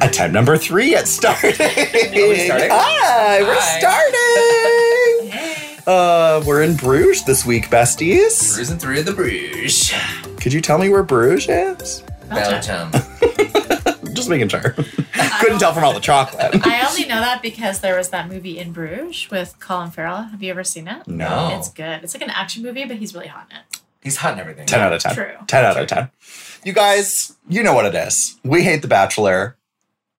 Attempt number three at starting. we started. Hi, we're starting. Uh, we're in Bruges this week, besties. Cruising through the Bruges, Could you tell me where Bruges is? Belgium. Just making sure. Couldn't tell from all the chocolate. I only know that because there was that movie In Bruges with Colin Farrell. Have you ever seen it? No. No. It's good. It's like an action movie, but he's really hot in it. He's hot and everything. 10 out of 10. True. 10 out of 10. You guys, you know what it is. We Hate the Bachelor,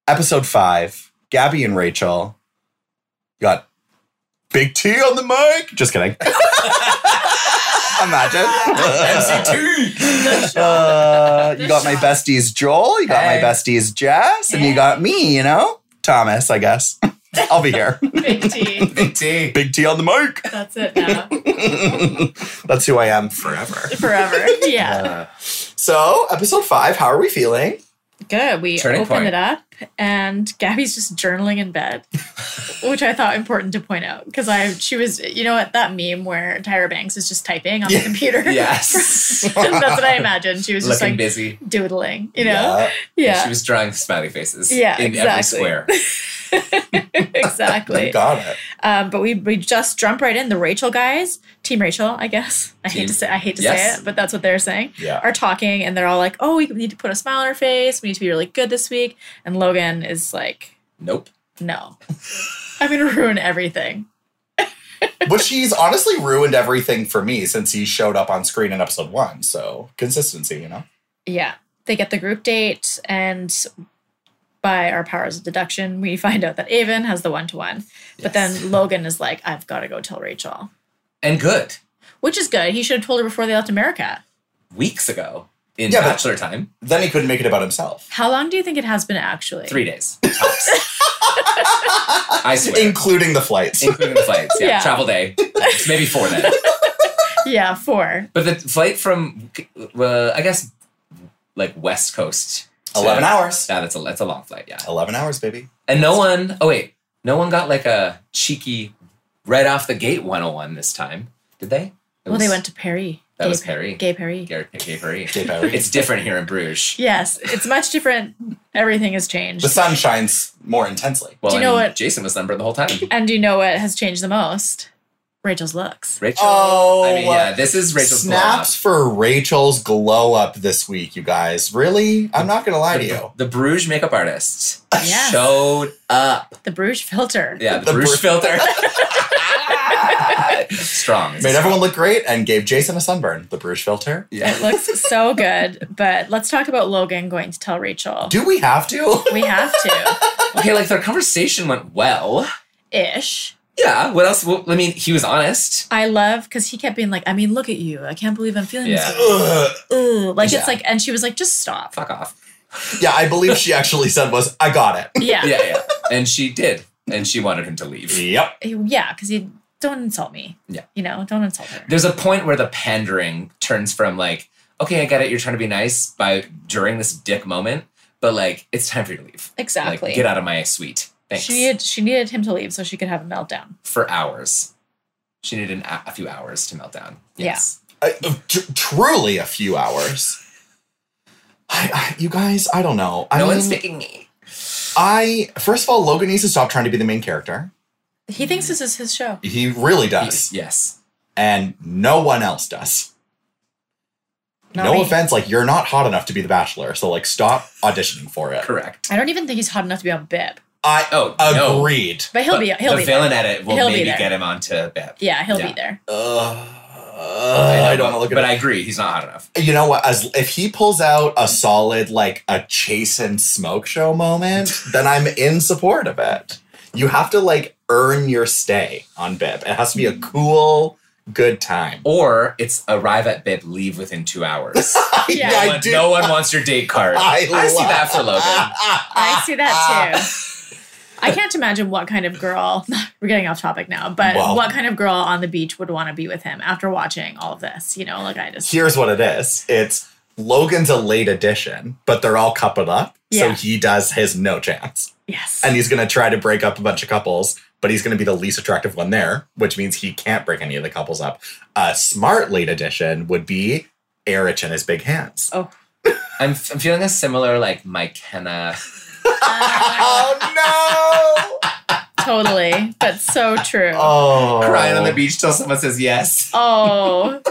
episode five, Gabby and Rachel. Got Big T on the mic. Just kidding. Imagine. MCT. Uh, you Good got my shot. besties Joel, you got Hey. my besties Jess, and you Hey. got me, you know? Thomas, I guess. I'll be here. Big T. Big T. Big T on the mic. That's it now. That's who I am. Forever. Forever. Yeah. Uh, So, episode five, how are we feeling? Good. We Turning opened point. it up and Gabby's just journaling in bed, which I thought important to point out because I she was you know what that meme where Tyra Banks is just typing on the computer. yes. That's what I imagined. She was just Looking like busy. doodling, you know? Yeah. She was drawing smiley faces. Yeah, In every exactly. square. Yeah, exactly. got it. Um, but we we just jump right in. The Rachel guys, Team Rachel, I guess. I Team- hate to say I hate to Yes. say it, but that's what they're saying. Yeah. Are talking and they're all like, "Oh, we need to put a smile on our face. We need to be really good this week." And Logan is like, Nope. "No, I'm gonna ruin everything." Which he's honestly ruined everything for me since he showed up on screen in episode one. So consistency, you know. Yeah. They get the group date, and by our powers of deduction, we find out that Avon has the one to one. But Yes. then Logan is like, "I've got to go tell Rachel," And good. which is good. He should have told her before they left America. Weeks ago in Yeah, but- Bachelor time, Then he couldn't make it about himself, How long do you think it has been actually? three days tops. I swear. including the flights. including the flights. Yeah. Yeah. Travel day. It's maybe four then. Yeah, four. But the flight from, uh, I guess, like West Coast. to- Eleven hours. Yeah, that's a that's a long flight. Yeah, Eleven hours, baby. and no one. Oh wait, no one got like a cheeky right off the gate 101 this time, did they? It Well, they was- went to Paris. That Gay- was Perry. Gay Paris. Gary Gay Perry. Gay Perry. It's different here in Bruges. Yes, it's much different. Everything has changed. The sun shines more intensely. Well, Do you I know mean, what- Jason was number the whole time. and do you know what has changed the most? Rachel's looks. Rachel. Oh, I mean, yeah, this is Rachel's blow up. Snaps for Rachel's glow up this week, you guys. Really? I'm not gonna lie to you. The Bruges makeup artist Yes. showed up. The Bruges filter. Yeah, the, The Bruges- Bruges filter. Strong. It's Made everyone look great and gave Jason a sunburn. The Bruges filter. Yeah. It looks so good. But let's talk about Logan going to tell Rachel. Do we have to? we have to. Okay, like their conversation went well. Ish. Yeah. What else? Well, I mean, he was honest. I love because he kept being like, I mean, look at you. I can't believe I'm feeling Yeah. Ugh. this. Ugh. Like Yeah. it's like, and she was like, just stop. Fuck off. Yeah, I believe she actually said was I got Yeah. Yeah, yeah. and she did, and she wanted him to it. leave. Yep. Yeah. Because you don't insult me. Yeah. You know, don't insult her. There's a point where the pandering turns from like, okay, I get it, you're trying to be nice by during this dick moment, but like, it's time for you to leave. Exactly. Like, get out of my suite. Thanks. She needed she needed him to leave so she could have a meltdown. for hours. She needed an, a few hours to melt down. Yeah. Yes. I- uh, tr- truly a few hours. I, I, you guys, I don't know. I No mean, one's picking me. I first of all, Logan needs to stop trying to be the main character. He thinks this is his show. He really does, Yes. and no one else does. Not no me. offense, like you're not hot enough to be the Bachelor, so like stop auditioning for it. Correct. I don't even think he's hot enough to be on Bib. I Oh, no. agreed. But he'll But be he'll the be villain there. edit will He'll be maybe there. get him onto Beb. Yeah, he'll Yeah. be there. Ugh, know, Uh, I don't but- want to look at But it. I agree, he's not hot enough. you know what? As if he pulls out a solid like a chase and smoke show moment, then I'm in support of it. You have to like earn your stay on Bib. It has to be a cool, good time. Or it's arrive at Bib, leave within two hours. Yeah. no, I one, do- no one wants your date card. I see love- that for Logan. Ah, I see that too. I can't imagine what kind of girl we're getting off topic now, but Well. what kind of girl on the beach would want to be with him after watching all of this? You know, like I just Here's what it is. It's Logan's a late addition, but they're all coupled up, so Yeah. he does his no chance, yes. and he's gonna try to break up a bunch of couples. But he's going to be the least attractive one there, which means he can't break any of the couples up. A smart late addition would be Erich and his big hands. oh I'm, f- I'm feeling a similar like Mike Henna oh no! Uh, totally, but so true. Oh, Crying on the beach till someone says yes. Oh,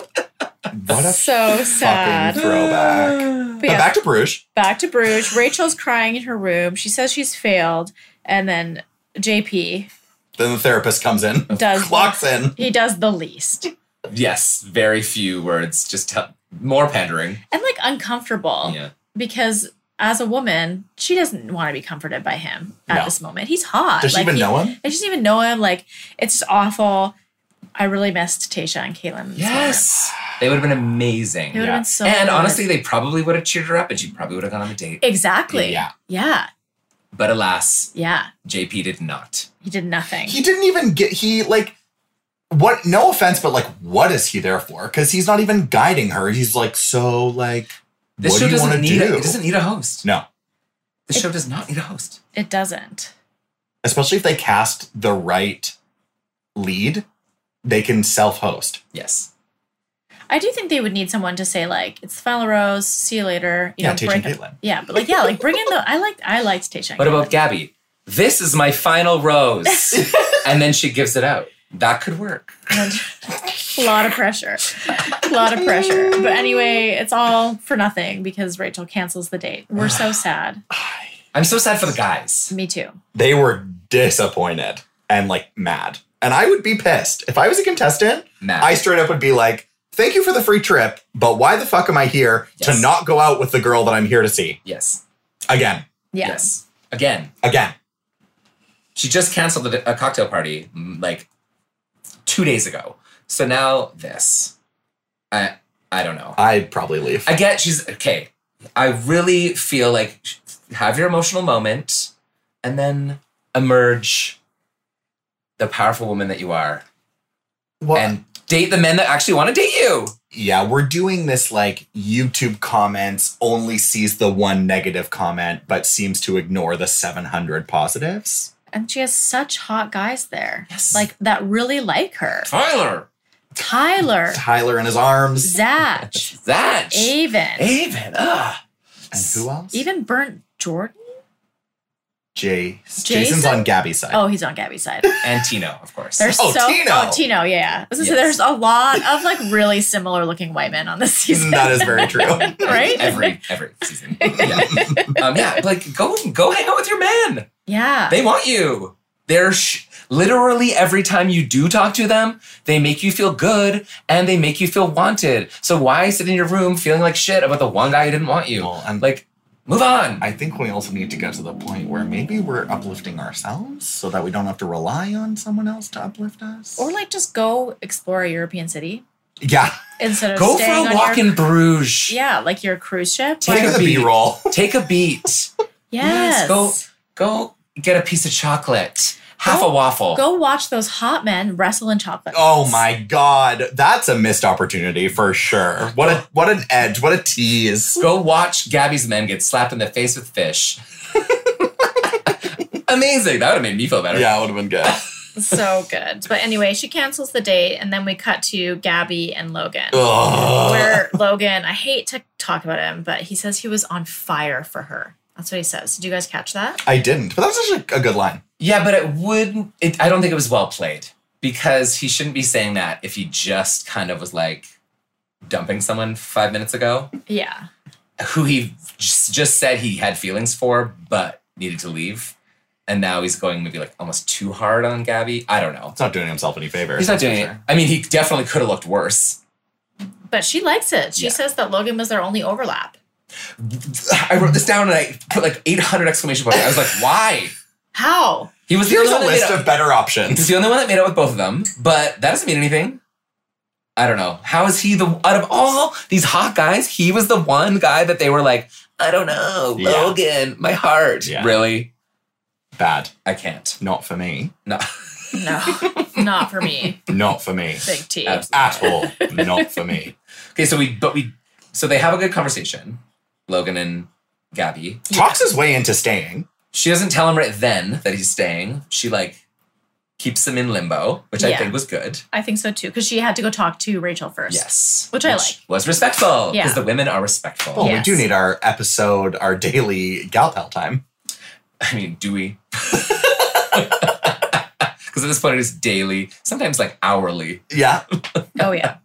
What a so sad. fucking- Throwback. But yeah, But back to Bruges. back to Bruges. Rachel's crying in her room. She says she's failed, and then JP Then the therapist comes in, does clocks in. he does the least yes, very few words. Just tell more pandering. Um, and like uncomfortable Yeah. because as a woman, she doesn't want to be comforted by him at No. this moment. He's hot. Does she Like, even he- know him? I just didn't even know him. Like, it's just awful. I really missed Tasha and Caitlin. this Yes. They would have been amazing. It would've Yeah. been so and good. honestly, they probably would have cheered her up and she probably would have gone on a date. Exactly. Yeah. Yeah. But alas, Yeah. JP did not. He did nothing. He didn't even get. He like. What? No offense, but like, what is he there for? Because he's not even guiding her. He's like, so like, This what show do you want doesn't to need do? a, it doesn't need a host. no, This show does not need a host. it doesn't. especially if they cast the right lead, they can self-host. Yes. I do think they would need someone to say like, "It's the final rose. See you later." You yeah, know, Tage break and up. Caitlin. Yeah, but like, yeah, like bring in the. I liked. I liked Tasha. and What about Caitlin. Gabby? This is my final rose. and then she gives it out. That could work. a lot of pressure? A lot of pressure. But anyway, it's all for nothing because Rachel cancels the date. We're so sad. I'm so sad for the guys. Me too. They were disappointed and like mad. And I would be pissed if I was a contestant. Matt. I straight up would be like, "Thank you for the free trip, but why the fuck am I here Yes. to not go out with the girl that I'm here to see yes. again, Yeah. Yes. Again. again?" She just canceled a, a cocktail party mm, like two days ago. So now this. I I don't know. I'd probably leave. I get she's okay. I really feel like sh- have your emotional moment and then emerge the powerful woman that you are Well, and date the men that actually want to date you. yeah, we're doing this like YouTube comments only sees the one negative comment, but seems to ignore the 700 positives. And she has such hot guys there. Yes. Like that really like her. Tyler, Tyler, Tyler in his arms. Zach, that Ah. Avon, Avon, ugh. And who else? even Burnt Jordan. Jay. Jason's Jason? on Gabby's side. Oh, he's on Gabby's side. and Tino, of course. There's Oh, so Tino. Oh, Tino, yeah, yeah. I was gonna say, Yes. there's a lot of like really similar looking white men on this season. that is very true. right? Every every season. Yeah. um, yeah, like go go hang out with your men. yeah. They want you. They're sh- literally every time you do talk to them, they make you feel good and they make you feel wanted. So why sit in your room feeling like shit about the one guy who didn't want you? Well, and- like, move on. I think we also need to get to the point where maybe we're uplifting ourselves so that we don't have to rely on someone else to uplift us. or like just go explore a European city yeah, instead of Go for staying a on walk your in Bruges. yeah, like your cruise ship. Take take a the beat. B-roll. Take a beat. yes. Go go get a piece of chocolate. Half Go- a waffle. Go watch those hot men wrestle in chocolate. Oh my god, that's a missed opportunity for sure. What a what an edge, what a tease. Go watch Gabby's men get slapped in the face with fish. Amazing. That would have made me feel better. Yeah, it would have been good. so good. But anyway, she cancels the date, and then we cut to Gabby and Logan. Ugh. Where Logan, I hate to talk about him, but he says he was on fire for her. That's what he says. Did you guys catch that? I didn't, but that was actually a good line. Yeah, but it wouldn't. It, I don't think it was well played because he shouldn't be saying that if he just kind of was like dumping someone five minutes ago Yeah. who he just, just said he had feelings for but needed to leave. And now he's going maybe like almost too hard on Gabby. I don't know. It's not doing himself any favors. He's not doing it. Sure. I mean, he definitely could have looked worse. But she likes it. She Yeah. says that Logan was their only overlap. I wrote this down and I put like 800 exclamation points. I was like, why? How? He was the Here's only a one that made list up. of better He's options. the only one that made out with both of them, but that doesn't mean anything. I don't know. How is he the out of all these hot guys? He was the one guy that they were like, I don't know, Yeah. Logan, my heart. Yeah. Really, Bad. I can't. Not for me. No, No, not for me. Not for me. Big T. absolutely. At all. Not for me. Okay, so we but we so they have a good conversation, Logan and Gabby. Talks his way into staying. She doesn't tell him right then that he's staying. She like keeps him in limbo, which I Yeah. think was good. I think so too, because she had to go talk to Rachel first. Yes, Which I like. Was respectful because Yeah. Oh, the women are respectful. Well, Yes. we do need our episode, our daily gal pal time. I mean, Dewey. Because at this point, it is daily, sometimes like hourly. Yeah. Oh yeah,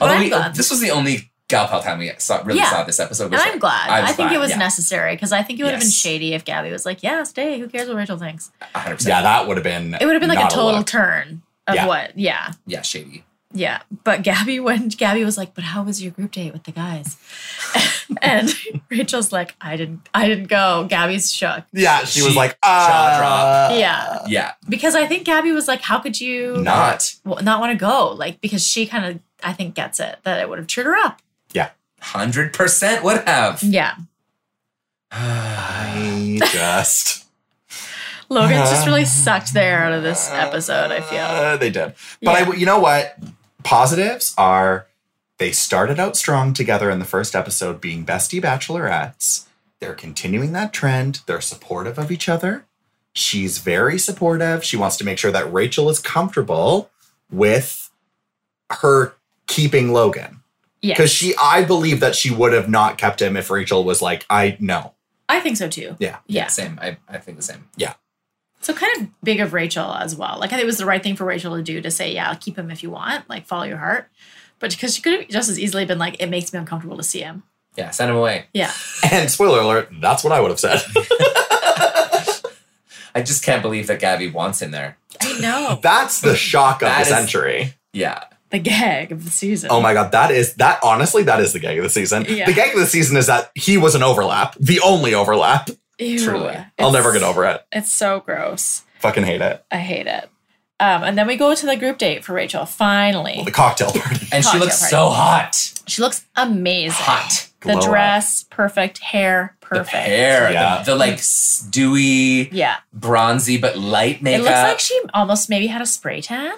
Although I'm we, glad. this was the only Galpal time we saw, really Yeah. saw this episode. and which I'm glad. I I, was think glad, it was yeah. necessary because I think it would have been Yes. shady if Gabby was like, "Yeah, stay. Who cares what Rachel thinks?" 100%. Yeah, Yeah, that would have been. It would have been like a Uh, not total look. turn of Yeah. what. Yeah, shady. yeah. But Gabby, when Gabby was like, "But how was your group date with the guys?" and Rachel's like, "I didn't. I didn't go." Gabby's shook. yeah, she, was She- like, jaw drop. uh, Yeah, Yeah, because I think Gabby was like, "How could you No. not w- not want to go?" Like because she kind of I think gets it that it would have cheered her up. 100% would have. Yeah, I just. Logan's just really sucked the air out of this episode. I feel. Uh, they did. But I Yeah. w you know what? Positives are they started out strong together in the first episode, being bestie bachelorettes. They're continuing that trend. They're supportive of each other. She's very supportive. She wants to make sure that Rachel is comfortable with her keeping Logan. Yeah, Because she, I believe that she would have not kept him if Rachel was like, I know. I think so too. Yeah. Yeah. Same. I, I think the same. So kind of big of Rachel as well. Like I think it was the right thing for Rachel to do to say, yeah, keep him if you want, like follow your heart. But because she could have just as easily been like, it makes me uncomfortable to see him. Yeah, send him away. Yeah. And spoiler alert, that's what I would have said. I just can't believe that Gabby wants him there. I know. that's the shock of That the is- century. Yeah. the gag of the season. Oh my god, that is that honestly, that is the gag of the season. Yeah. The gag of the season is that he was an overlap, the only overlap. Ew. Truly. I'll It's- never get over it. It's so gross. Fucking hate it. I hate it. Um, and then we go to the group date for Rachel. Finally. Well, the cocktail party. And she Cocktail looks party. so hot. she looks amazing. Hot. The Glow up. dress, perfect. Hair, perfect. The hair. the- Yeah. The, like s- dewy, Yeah. bronzy, but light makeup. It looks like she almost maybe had a spray tan.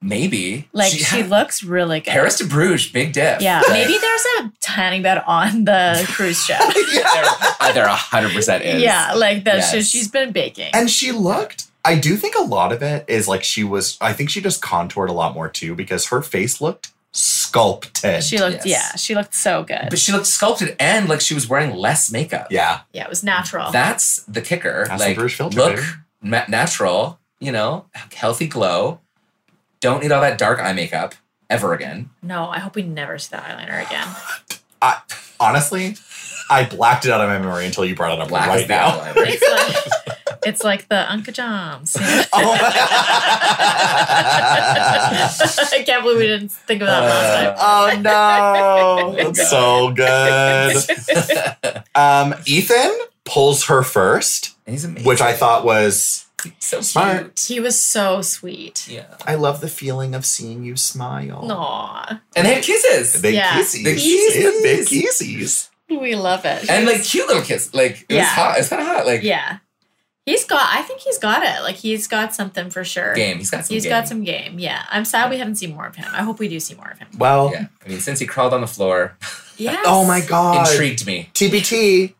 Maybe. Like she, looks really good. Paris to Bruges, big diff. Yeah, Like, maybe there's a tanning bed on the cruise ship. there, there 100% is. yeah, like that. So Yes. she's been baking. And she looked. I do think a lot of it is like she was I think she just contoured a lot more too because her face looked sculpted. she looked, yes. yeah, she looked so good. But she looked sculpted and like she was wearing less makeup. yeah. Yeah, it was natural. That's the kicker. That's the like, Bruges filter, look baby. ma- natural, you know, healthy glow. Don't need all that dark eye makeup ever again. no, I hope we never see that eyeliner again. Honestly, I blacked it out of my memory until you brought it up Black right is the now. eyeliner. It's like, it's like the Uncle Joms. Oh my- I can't believe we didn't think of that Uh, last time. Oh no. That's so good. Um, Ethan pulls her first, And he's amazing. which I thought was so Smart. cute. He was so sweet. Yeah. I love the feeling of seeing you smile. Aw, And they had kisses. Big Yeah. kisses. Big Yeah, kisses. big kisses. we love it. and like cute little kiss. Like it Yeah. was hot. It's kind of hot. Like yeah, he's got. I think he's got it. Like he's got something for sure. game. He's got some He's game. got some game. Yeah. I'm sad we haven't seen more of him. I hope we do see more of him. Well, Yeah. I mean, since he crawled on the floor, Yes. oh my god. intrigued me. TBT.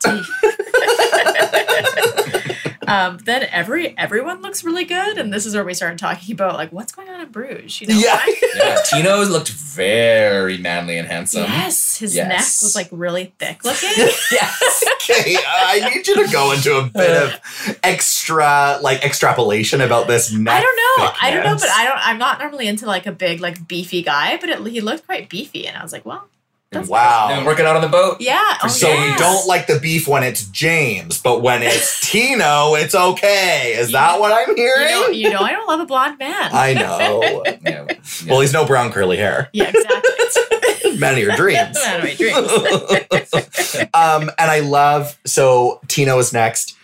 Um, then every everyone looks really good, and this is where we started talking about like what's going on in Bruges. You know, Yeah. why? Yeah. Tino looked very manly and handsome. yes, his Yes. neck was like really thick looking. Yes. Okay, I need you to go into a bit of extra, like extrapolation about this neck. I don't know. I don't know, but thickness. I don't. I'm not normally into like a big like beefy guy, but it, he looked quite beefy, and I was like, well, that's They've been Wow. working out on the boat. yeah. Oh, So yeah. we don't like the beef when it's James, but when it's Tino, it's okay. Is that what I'm You hearing? know, you know, I don't love a blonde man. I know. Yeah. yeah. Well, he's no brown curly hair. yeah, exactly. Man of your dreams. Man of my dreams. um, and I love so Tino is next.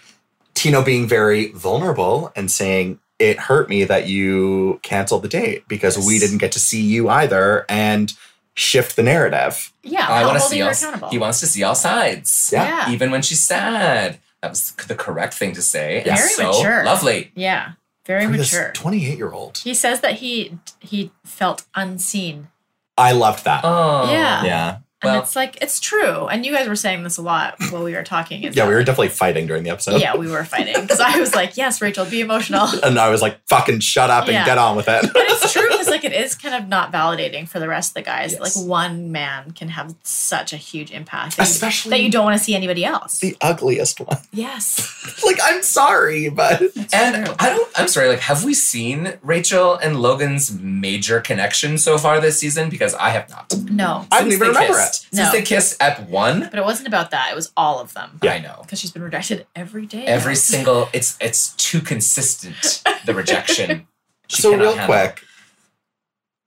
Tino being very vulnerable and saying, It hurt me that you canceled the date because we Yes. didn't get to see you either and shift the narrative. Yeah, Oh, I not want to holding see her all. accountable. He wants to see all sides. Yeah. yeah. Even when she's sad. That was the correct thing to say. and Very so mature. Lovely. Yeah, very For this mature. 28 year old. He says that he he felt unseen, I loved that. Oh. Yeah. Yeah. And Well- it's like it's true. And you guys were saying this a lot while we were talking. is Yeah, that- we were definitely fighting during the episode. yeah, we were fighting because I was like, "Yes, Rachel, be emotional." And I was like, fucking shut up and Yeah. get on with it. But it's true because like it is kind of not validating for the rest of the guys. that, Yes. Like one man can have such a huge impact, that you- Especially that you don't want to see anybody else. the ugliest one. yes, like, I'm sorry, but that's And true. I don't. I'm sorry. Like, have we seen Rachel and Logan's major connection so far this season? Because I have not. no, I didn't Since even they remember kissed, it. Since No. they kissed at one, but it wasn't about that. It was all of them Yeah. I know. because she's been rejected every day. Every now. single. It's it's too consistent. The rejection. She so cannot real handle it. quick,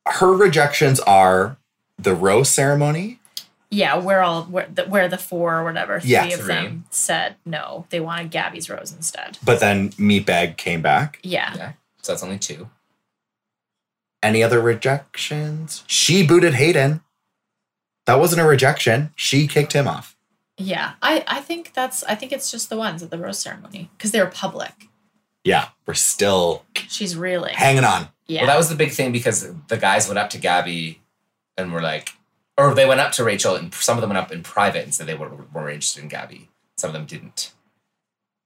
her rejections are the rose ceremony. yeah, we're all we're the, we're the four or whatever. Three Yeah, of three. them said no. They wanted Gabby's rose instead. But then Meatbag came back. Yeah, Yeah. So that's only two. Any other rejections? She booted Hayden. That wasn't a rejection. She kicked him off. yeah. I I think that's I think it's just the ones at the rose ceremony because they were public. Yeah, we're still She's really hanging on. yeah. Well, that was the big thing because the guys went up to Gabby and were like, or they went up to Rachel and some of them went up in private and said they were, were interested in Gabby. Some of them didn't.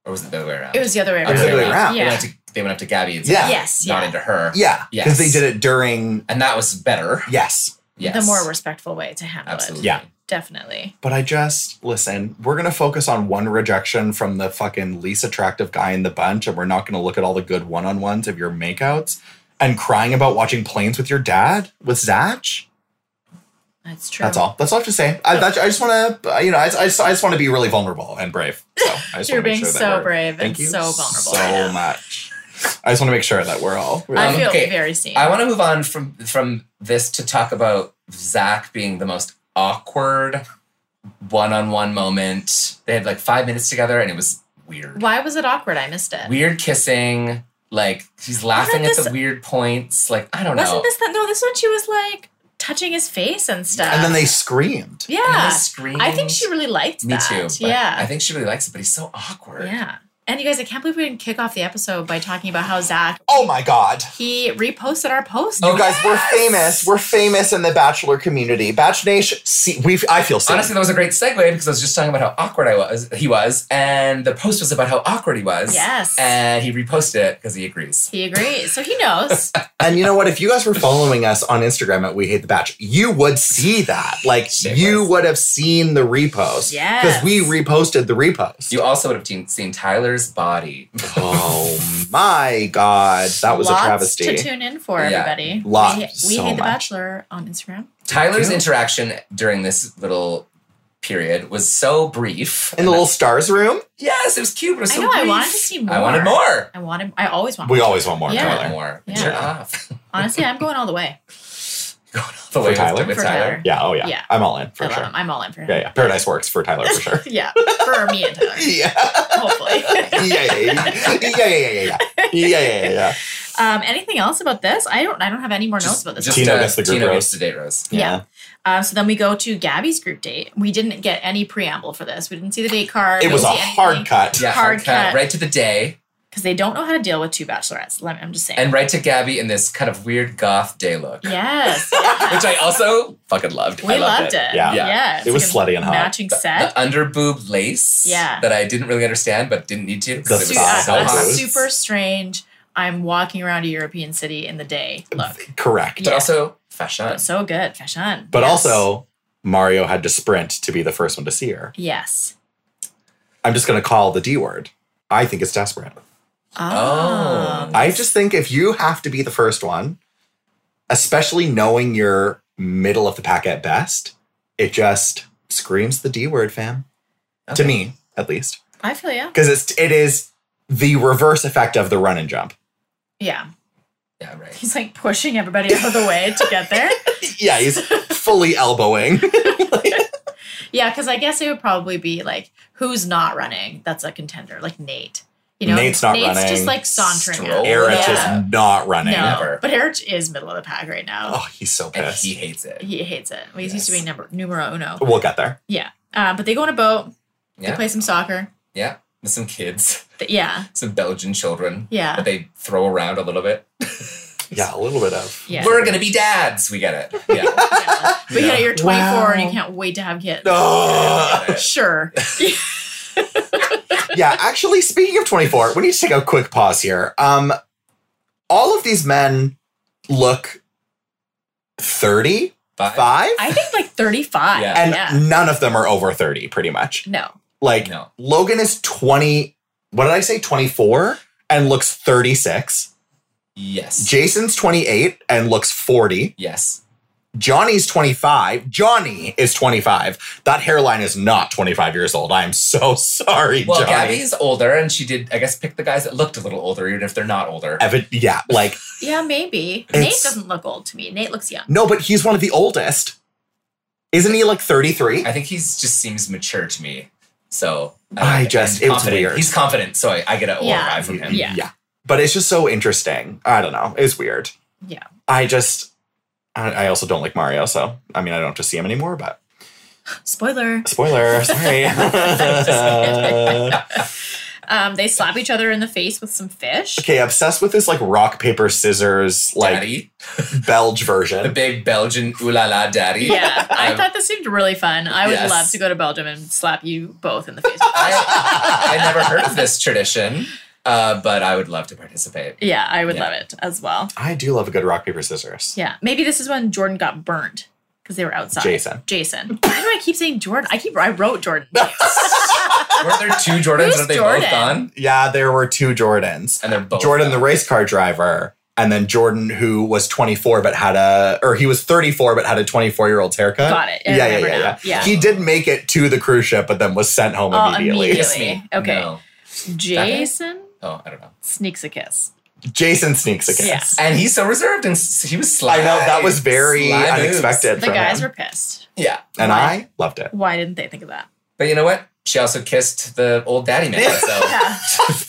Or was it the other way around? it was the other way It around. was the other way around. They, Yeah. went up to, they went up to Gabby and said, Yeah. Yes. not yeah. into her. Yeah. Because they Yes. did it during. And that was better. Yes. Yes. The more respectful way to handle Absolutely. it. Yeah. Definitely. But I just, listen, we're going to focus on one rejection from the fucking least attractive guy in the bunch, and we're not going to look at all the good one on ones of your makeouts and crying about watching planes with your dad with Zach. That's true. That's all. That's all I have to say. I, that, I just want to, you know, I, I, just- I just want to be really vulnerable and brave. So I just You're wanna make being sure that so we're- brave Thank and you so vulnerable. so right now. much. I just want to make sure that we're all. Really I feel Okay. very seen. I want to move on from from this to talk about Zach being the most awkward one-on-one moment. They had like five minutes together and it was weird. Why was it awkward? I missed it. weird kissing. Like she's laughing at Wasn't the weird points. Like I don't know. Wasn't this that? No, this one she was like touching his face and stuff. and then they screamed. yeah. And then they screamed. I think she really liked Me that. too. but yeah. I think she really likes it, but he's so awkward. yeah. And you guys, I can't believe we didn't kick off the episode by talking about how Zach Oh my God. he reposted our post. You Oh, guys, we're famous. We're famous in the Bachelor community. Batch Nation. See, we. I feel seen. Honestly, that was a great segue because I was just talking about how awkward I was. He was, and the post was about how awkward he was. Yes. And he reposted it because he agrees. He agrees. So he knows. And you know what? If you guys were following us on Instagram at We Hate the Batch, you would see that. Like Shameless. you would have seen the repost. Yes. Because we reposted the repost. You also would have teen- seen Tyler's body. oh my God. That was Lots a travesty. To tune in for Yeah. everybody. Lots. We, we So hate the much. Bachelor on Instagram. Tyler's Yeah. interaction during this little period was so brief. in the little stars room. yes, it was cute, but it was I so know, I brief. wanted to see I wanted more. more. I want him. I always want. We more. always want more, Yeah. Tyler Tyler. Moore. Yeah. Jerk off. Honestly, I'm going all the way. Going all the way with- Tyler? with For Tyler. Tyler. Yeah. Oh yeah. Yeah. I'm all in for I love sure. him. I'm all in for him. Yeah. Yeah. Paradise works for Tyler for sure. yeah. For me and Tyler, yeah. hopefully. Yeah. Yeah. Yeah. Yeah. Yeah. Yeah. Yeah. Yeah. Yeah. Yeah. Yeah. Um, anything else about this? I don't. I don't have any more notes Just- about this. just, Tino gets the group Tino roast. gets the date roast. Yeah. Uh, so then we go to Gabby's group date. We didn't get any preamble for this. We didn't see the date card. It We was a didn't see hard anything. cut. Yeah, Hard hard cut, cut. right to the day, because they don't know how to deal with two bachelorettes. Let me, I'm just saying. and right to Gabby in this kind of weird goth day look, yes, yeah. which I also fucking loved. we I loved, loved it. Yeah. Yeah. yeah. It was like a slutty and hot. Matching The, set. the underboob lace, Yeah. that I didn't really understand, but didn't need to because The it Su- was thigh so uh, hot. boots. super strange. I'm walking around a European city in the day. Look, Correct. But Yeah. also fashion. but so good, fashion. But Yes. also, Mario had to sprint to be the first one to see her. yes. I'm just going to call the D word. I think it's desperate. Ah. Oh. I just think if you have to be the first one, especially knowing you're middle of the pack at best, it just screams the D word, fam. Okay. To me, at least, I feel yeah. because it's it is the reverse effect of the run and jump. Yeah. Yeah, right. He's like pushing everybody out of the way to get there. Yeah, he's fully elbowing. Yeah, because I guess it would probably be like who's not running. That's a contender, like Nate. You know, Nate's not running. just like sauntering. Stroll. out. Erich Yeah. is not running. no, never. but Erich is middle of the pack right now. Oh, he's so And pissed. he hates it. He hates it. Well, he's used to Yes. be number numero uno. we'll get there. Yeah, uh, but they go on a boat. They Yeah, play some soccer. yeah. With some kids, Th- yeah, some Belgian children yeah. that they throw around a little bit. Yeah, a little bit of. Yeah. We're gonna be dads. We get it. Yeah. yeah. But yeah, Yeah. you're 24 and you Wow. can't wait to have kids. Ugh. Sure. yeah, actually, speaking of 24, we need to take a quick pause here. Um, all of these men look 35, Bye. I think like 35. Yeah. and yeah. none of them are over 30, pretty much. No. Like, No. Logan is 20, what did I say, 24 and looks 36. Yes. Jason's 28 and looks 40. yes. Johnny's 25. Johnny is 25. That hairline is not 25 years old. I am so sorry, Well, Johnny. Gabby's older, and she did, I guess, pick the guys that looked a little older, even if they're not older. Evi- yeah, like, Yeah, maybe. Nate It's- doesn't look old to me. Nate looks young. no, but he's one of the oldest. Isn't he like 33? I think he's just seems mature to me. So uh, I and just- it was confident. weird. He's confident, so I, I get an older Yeah. vibe from him. Yeah. But it's just so interesting. I don't know. It's weird. Yeah. I just, I, I also don't like Mario. So, I mean, I don't have to see him anymore, but Spoiler. spoiler. Sorry. Um, they slap each other in the face with some fish. okay, obsessed with this like rock, paper, scissors, like Daddy, Belge the version. big Belgian ooh la la daddy. Yeah, I Um, thought this seemed really fun. I would Yes. love to go to Belgium and slap you both in the face. I, I never heard of this tradition, uh, but I would love to participate. yeah, I would Yeah. love it as well. I do love a good rock, paper, scissors. Yeah, maybe this is when Jordan got burnt because they were outside. Jason. Jason. Why do I keep saying Jordan? I keep I wrote Jordan. Weren't there two Jordans? Who's Are they Jordan? both on? Yeah, there were two Jordans. And they're both Jordan, on. the race car driver, and then Jordan, who was 24 but had a, or he was 34 but had a 24 year old's haircut. Got it. I Yeah, yeah, remember yeah, now. yeah, Yeah. He did make it to the cruise ship, but then was sent home Oh, immediately. immediately. Kiss me. Okay. No. Jason Oh, I don't know. sneaks a kiss. Jason sneaks a kiss. Yeah. And he's so reserved, and s- he was sly. I know that was very sly moves. unexpected. The from guys him. were pissed. Yeah, and Why? I loved it. Why didn't they think of that? but you know what? She also kissed the old daddy man. So Yeah.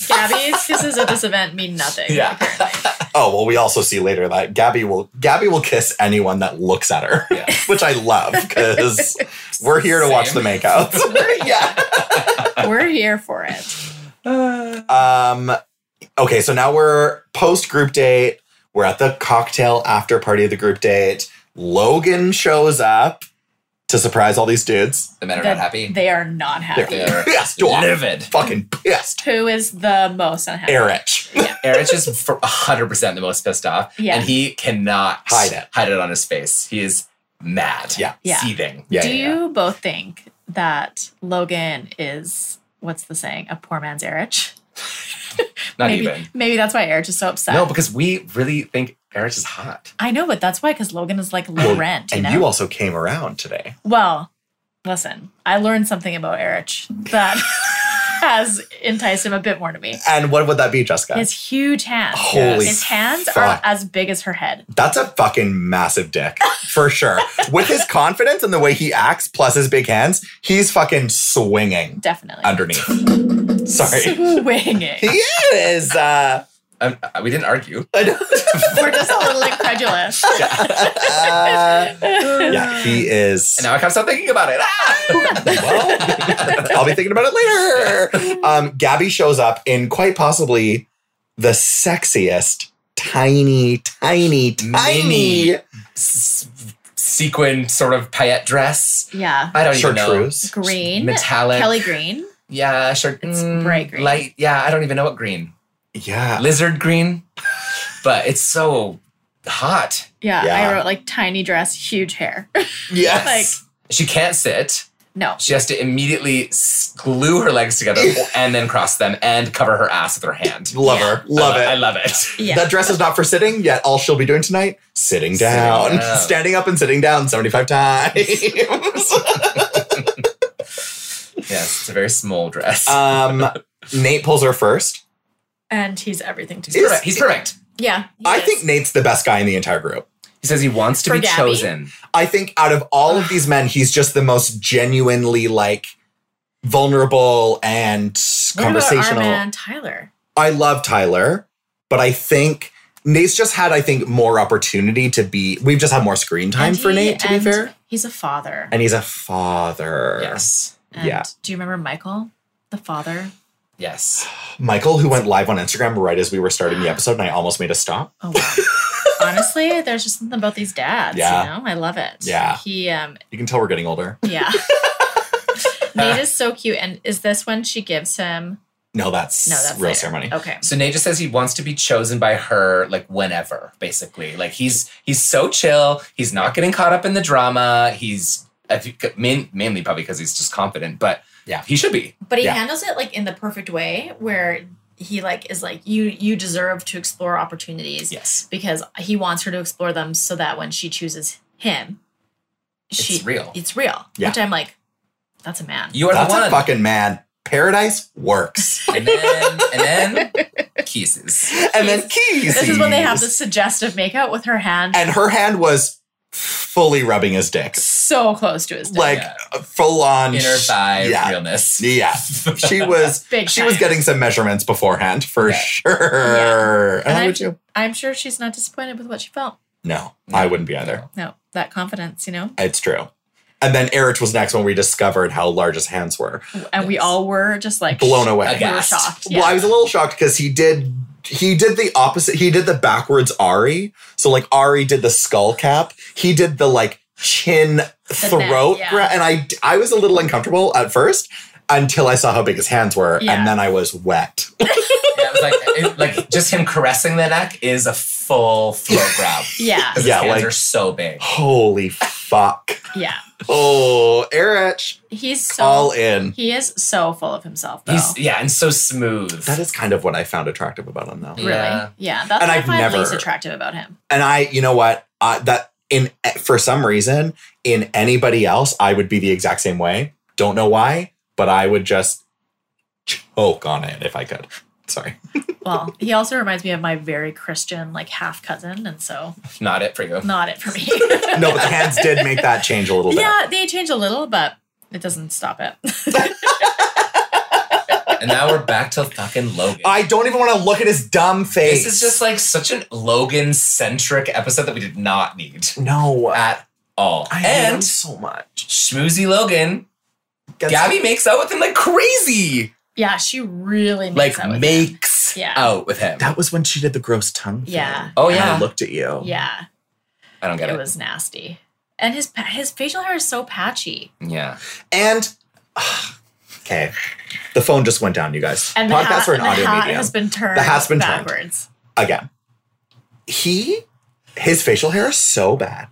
Gabby's kisses at this event mean nothing. Yeah. Apparently. Oh well, we also see later that Gabby will Gabby will kiss anyone that looks at her, Yeah. which I love because we're here to watch the Same. makeouts. yeah. We're here for it. Um, okay, so now we're post group date. We're at the cocktail after party of the group date. Logan shows up to surprise all these dudes. the men are That- not happy. They are not happy. They're Pissed off. livid. Fucking pissed. Who is the most unhappy? Erich. Eric's just for 100% the most pissed off. Yeah. And he cannot Hide it. hide it on his face. He is mad. Yeah. Yeah. Seething. Yeah, Do yeah, yeah. you both think that Logan is what's the saying? A poor man's Erich? Not maybe, even. Maybe that's why Erich is so upset. No, because we really think Eric is hot. I know, but that's why because Logan is like low Well, rent. You And know. you also came around today. well, listen, I learned something about Erich that has enticed him a bit more to me. And what would that be, Jessica? His huge hands. Ah, Holy His hands are fuck. as big as her head. That's a fucking massive dick, for sure. With his confidence and the way he acts, plus his big hands, he's fucking swinging Definitely. underneath. Sorry. He Swinging. is, uh, Um, uh, we didn't argue. I don't- We're just a little incredulous. Uh, yeah, he is. And now I can't stop thinking about it. Ah! Well, I'll be thinking about it later. Um, Gabby shows up in quite possibly the sexiest, tiny, tiny, tiny Mini S- sequin sort of paillette dress. Yeah. I don't even know. chartreuse. Green. Metallic. Kelly Green. Yeah, sure. It's bright green. Light. Yeah, I don't even know what green. Yeah. Lizard green. But it's so hot. Yeah, Yeah. I wrote like tiny dress, huge hair. Yes. She can't sit. no. She has to immediately s- glue her legs together and then cross them and cover her ass with her hand. love her. Love I it. I love it. Yeah. That dress is not for sitting, yet all she'll be doing tonight, sitting Sitting down. down. Standing up and sitting down 75 times. Yes, it's a very small dress. um, Nate pulls her first. and he's everything to he's, me. is- perfect. he's perfect. Yeah. he I is. think Nate's the best guy in the entire group. He says he wants to For be Gabby? chosen. I think out of all of these men, he's just the most genuinely like vulnerable and What about our conversational. man Tyler? I love Tyler, but I think Nate's just had, I think, more opportunity to be. We've just had more screen time And for he- Nate, to be and fair. He's a father. And he's a father. Yes. And yeah. Do you remember Michael, the father? Yes. Michael, who went live on Instagram right as we were starting the episode, and I almost made a stop. Oh wow. honestly, there's just something about these dads. Yeah. You know, I love it. Yeah. He um You can tell we're getting older. yeah. Nate is so cute. And is this when she gives him No, that's, No, that's real later. ceremony. Okay. So Nate just says he wants to be chosen by her, like whenever, basically. Like he's he's so chill. He's not getting caught up in the drama. He's I think, main, mainly probably because he's just confident, but Yeah. he should be. But he Yeah. handles it like in the perfect way where he like is like you you deserve to explore opportunities Yes, because he wants her to explore them so that when she chooses him, she it's real. it's real. Yeah. Which I'm like, that's a man. You are That's the one. a fucking man. Paradise works. and then and then kisses. and then keys. this is when they have the suggestive makeout with her hand And her hand was fully rubbing his dick. so close to his dick. Like Yeah. full on. Inner thigh Yeah. realness. Yeah. She was big she was time. getting some measurements beforehand for Yeah. sure. And And I I- would you? I'm sure she's not disappointed with what she felt. No, I wouldn't be either. No, that confidence, you know? It's true. And then Erich was next when we discovered how large his hands were. And we Yes. all were just like Blown away. We were Aghast. shocked. Yeah. Well, I was a little shocked because he did he did the opposite. He did the backwards Ari. So like Ari did the skull cap. He did the like chin throat yeah. gra- and I I was a little uncomfortable at first until I saw how big his hands were Yeah. and then I was wet. Yeah, it was like it- like just him caressing the neck is a full throat grab. yeah, 'Cause Yeah, his hands like- are so big. Holy fuck. yeah. Oh, Erich, He's so all in. he is so full of himself though. He's yeah, and so smooth. Oh. That is kind of what I found attractive about him though. really. Yeah. Yeah. That's And what I've I find never- least attractive about him. And I, you know what? Uh, that in for some reason in anybody else, I would be the exact same way. Don't know why, but I would just choke on it if I could. Sorry. Well, he also reminds me of my very Christian, like half cousin, and so Not it for you. not it for me. No, but the hands did make that change a little bit. yeah, they change a little, but it doesn't stop it. And now we're back to fucking Logan. I don't even want to look at his dumb face. this is just like such an Logan centric episode that we did not need no. uh, at all. I hate him and so much. schmoozy Logan, Gets- Gabby makes out with him like crazy. yeah, she really makes Like that with him. makes Yeah. out with him. That was when she did the gross tongue. thing. Yeah. Oh, And yeah. I looked at you. Yeah, I don't get it it. was nasty. And his pa- his facial hair is so patchy. Yeah. And ah, okay, the phone just went down, you guys. And the Podcasts hat, are an the audio hat medium. has been turned. The hat's been turned. backwards. again, he his facial hair is so bad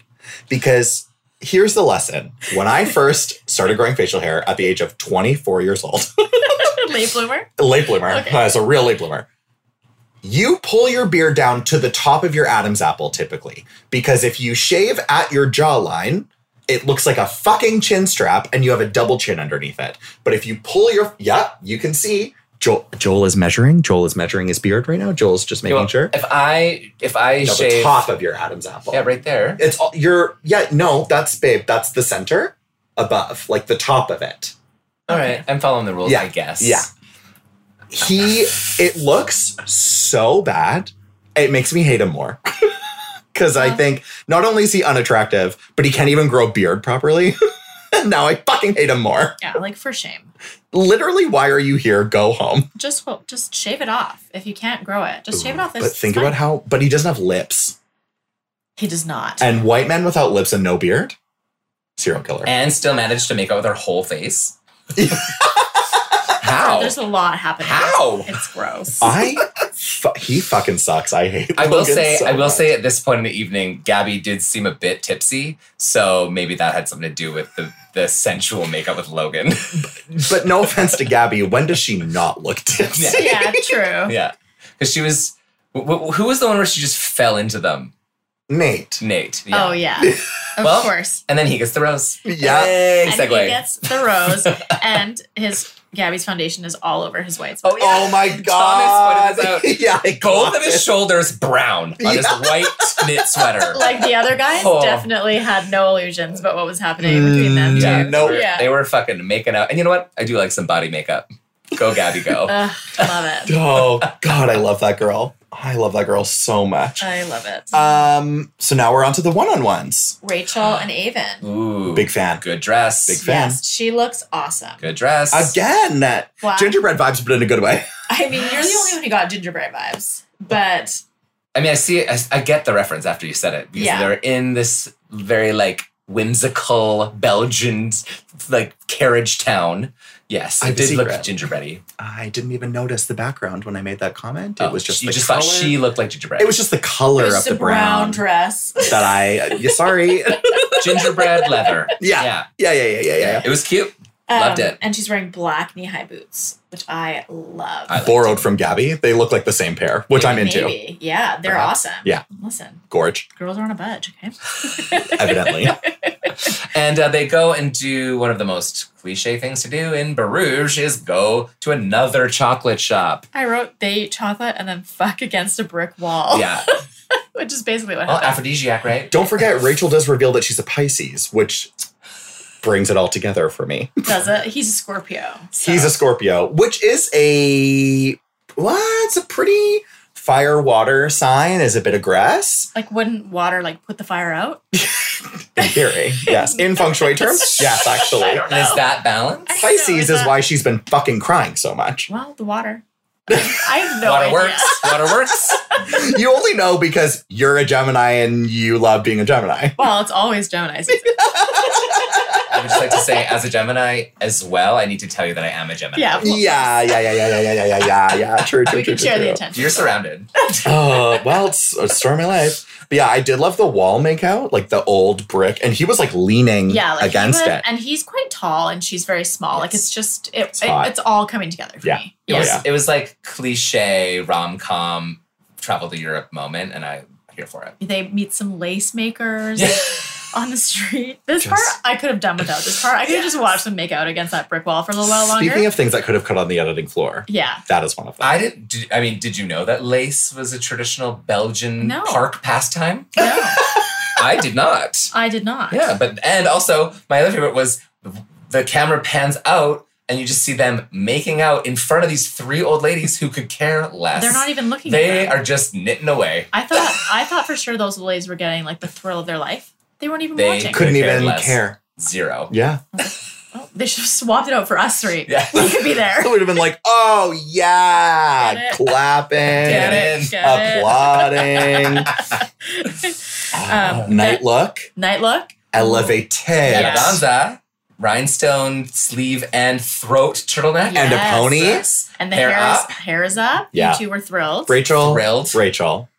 because here's the lesson. When I first started growing facial hair at the age of 24 years old, Late bloomer. late bloomer, Okay. as a real late bloomer, you pull your beard down to the top of your Adam's apple typically because if you shave at your jawline. It looks like a fucking chin strap, and you have a double chin underneath it. But if you pull your, yeah, you can see. Joel, Joel is measuring. Joel is measuring his beard right now. Joel's just making Well, sure. If I if I No, the shave top of your Adam's apple. Yeah, right there. It's all your yeah, no, that's babe, that's the center above, like the top of it. All right. I'm following the rules, Yeah. I guess. Yeah. He it looks so bad. It makes me hate him more. Cause I Uh-huh. Well. think not only is he unattractive, but he can't even grow a beard properly. And now I fucking hate him more. Yeah, like for shame. Literally, why are you here? Go home. Just ho- just shave it off. If you can't grow it, just shave it off. It's- But think it's about fine. how but he doesn't have lips. he does not. And white men without lips and no beard? Serial killer. And still managed to make out with her whole face. How? Oh, There's a lot happening. How? It's gross. I fu- he fucking sucks. I hate. I will Logan say, so I will much. say at this point in the evening, Gabby did seem a bit tipsy, so maybe that had something to do with the the sensual makeup with Logan. but no offense to Gabby. When does she not look tipsy? yeah, true. yeah, because she was. wh- wh- Who was the one where she just fell into them? Nate. Nate. Oh yeah, of Well, course. And then he gets the rose. Yeah. Yay, And segue. he gets the rose, and his Gabby's foundation is all over his white. Oh, yeah. Oh my god. pointed this yeah. I Both got of his it. shoulders brown on his Yeah. white knit sweater. Like the other guys, Oh. Mm, definitely had no illusions about what was happening between them two. Yeah, yeah, no. Yeah. they were fucking making out. And you know what? I do like some body makeup. Go, Gabby, go. Ugh, love it. Oh god, I love that girl. I love that girl so much. I love it. Uh, Um. So now we're on to the one-on-ones. Rachel and Avon. Ooh, Big fan. good dress. Big fan. Yes, she looks awesome. Good dress. Again. Wow. Gingerbread vibes, but in a good way. I mean, you're the only one who got gingerbread vibes, but I mean, I see it. I, I get the reference after you said it because Yeah. they're in this very like whimsical Belgian like carriage town. Yes, I it did look secret. gingerbready. I didn't even notice the background when I made that comment. Oh, it was just you the just color. thought she looked like gingerbread. it was just the color of Just the a brown, brown dress. that I. Yeah, sorry. gingerbread leather. Yeah. yeah, yeah, yeah, yeah, yeah, yeah. It was cute. Loved it. Um, And she's wearing black knee high boots, which I love. I- Borrowed from Gabby. They look like the same pair, which I'm into. Uh-huh. Maybe. Yeah, they're Perhaps. awesome. Yeah. Listen, Gorge, girls are on a budge, okay? evidently. And uh, they go and do one of the most cliche things to do in Barouge is go to another chocolate shop. I wrote they eat chocolate and then fuck against a brick Oh. wall. Yeah, Which is basically what well, happened. aphrodisiac, right? Don't forget, Rachel does reveal that she's a Pisces, which brings it all together for me. Does it? He's a Scorpio. so- He's a Scorpio, which is a well, it's a pretty fire water sign is a bit of grass like wouldn't water like put the fire out? in theory. yes, in feng shui terms, yes, actually. And is that balance? I don't know, Pisces is is that- why she's been fucking crying so much. Well, the water. I have no water idea. works. Water works. you only know because you're a Gemini and you love being a Gemini. Well, it's always Gemini season. I would just like to say, as a Gemini as well, I need to tell you that I am a Gemini. Yeah. well, Yeah, yeah, yeah, yeah, yeah, yeah, yeah, yeah, yeah, yeah. True, true, we true, can true, share the true. attention. You're surrounded. Uh, well, it's a stormy life. But yeah, I did love the wall makeout, like the old brick, and he was like leaning yeah, like he against would- it. And he's quite tall and she's very small. Like it's just it, it's, hot. it, it's all coming together for Yeah. me. It Oh, was, yeah. it was like cliche rom com travel to Europe moment, and I'm here for it. They meet some lace makers Yeah. on the street. This Just- part I could have done without this part. I could have just watched them make out against that brick wall for a little while longer. Speaking of things that could have cut on the editing floor, yeah. that is one of them. I didn't. Did, I mean, did you know that lace was a traditional Belgian No. park pastime? No, I did not. I did not. Yeah, but and also my other favorite was the camera pans out and you just see them making out in front of these three old ladies who could care less. They're not even looking at They them. are just knitting away. I thought I thought for sure those ladies were getting like the thrill of their life. They weren't even They watching. Couldn't Could've cared even less. care. Zero. Yeah. Oh, they should have swapped it out for us three. Yeah. We could be there. It would have been like, oh, yeah, Get it. clapping, Get it. Get it. applauding. Ah, Um, Night look, Night look. elevated, Yeah. Yes. Eleganza, rhinestone sleeve and throat turtleneck. and Yes. a pony. And the hair, Hair is, up. hair is up. Yeah. You two were thrilled. Rachel, Thrilled. Rachel,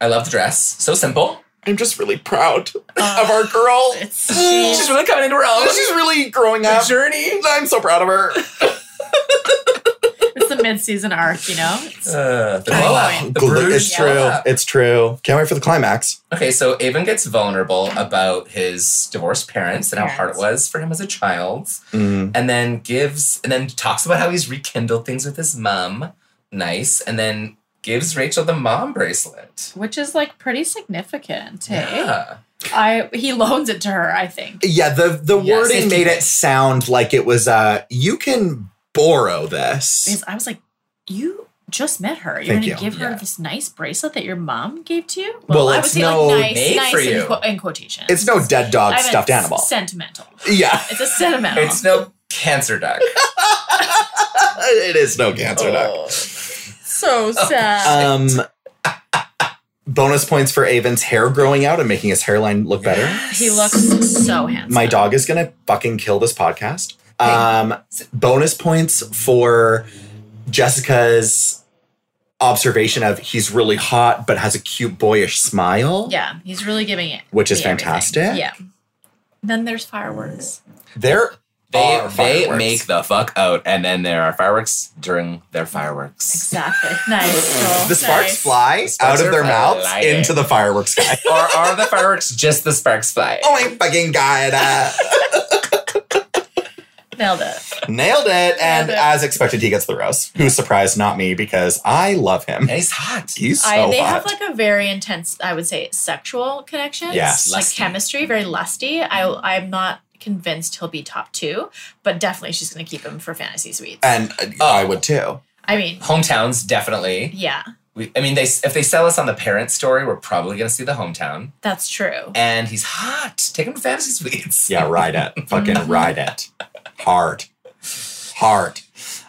I love the dress. So simple. I'm just really proud Uh, of our girl. Oh, It's she, She's really coming into her own. She's really growing The up. journey. I'm so proud of her. it's the mid-season arc, you know. It's- Uh, the blow up. The Gl- bruise Oh, it's blow true. up. It's true. Can't wait for the climax. Okay, so Avon gets vulnerable about his divorced parents and how hard it Parents. was for him as a child. Mm. and then gives and then talks about how he's rekindled things with his mom. Nice. And then gives Rachel the mom bracelet. which is like pretty significant. eh? Hey, Yeah. I he loans it to her. I think. Yeah, the the Yeah, wording safety made net. it sound like it was uh you can borrow this. Because I was like, you just met her. You're Thank gonna you. give her Yeah. this nice bracelet that your mom gave to you. Well, I would it's say no like nice, made nice for in, you. qu- in quotation. It's no dead dog stuffed animal. Sentimental. yeah. It's a sentimental. It's no cancer duck. it is no cancer dog. Oh, So sad. Oh, Um bonus points for Avon's hair growing out and making his hairline look better. he looks so handsome. My dog is gonna fucking kill this podcast. Um, bonus points for Jessica's observation of he's really hot but has a cute boyish smile. Yeah, he's really giving it. Which is me everything. fantastic. Yeah. Then there's fireworks. There They are they fireworks. make the fuck out and then there are fireworks during their fireworks. Exactly. Nice. Joel. the sparks Nice. fly sparks out of are their mouths flying. into the fireworks sky. or are the fireworks just the sparks fly? oh my fucking god! uh, Nailed it. nailed it! And Nailed it. as expected, he gets the rose. Who's surprised? Not me, because I love him. And he's hot. He's so I, they hot. have like a very intense, I would say, sexual connection. Yes. Like Lusty. chemistry, very lusty. I, I'm not convinced he'll be top two, but definitely she's going to keep him for fantasy suites. and uh, I would too. I mean, Hometowns, definitely. yeah, We, I mean, they if they sell us on the parent story, we're probably gonna see the hometown. that's true. And he's hot. Take him to fantasy suites. Yeah, ride it. Fucking ride it. Hard. Hard.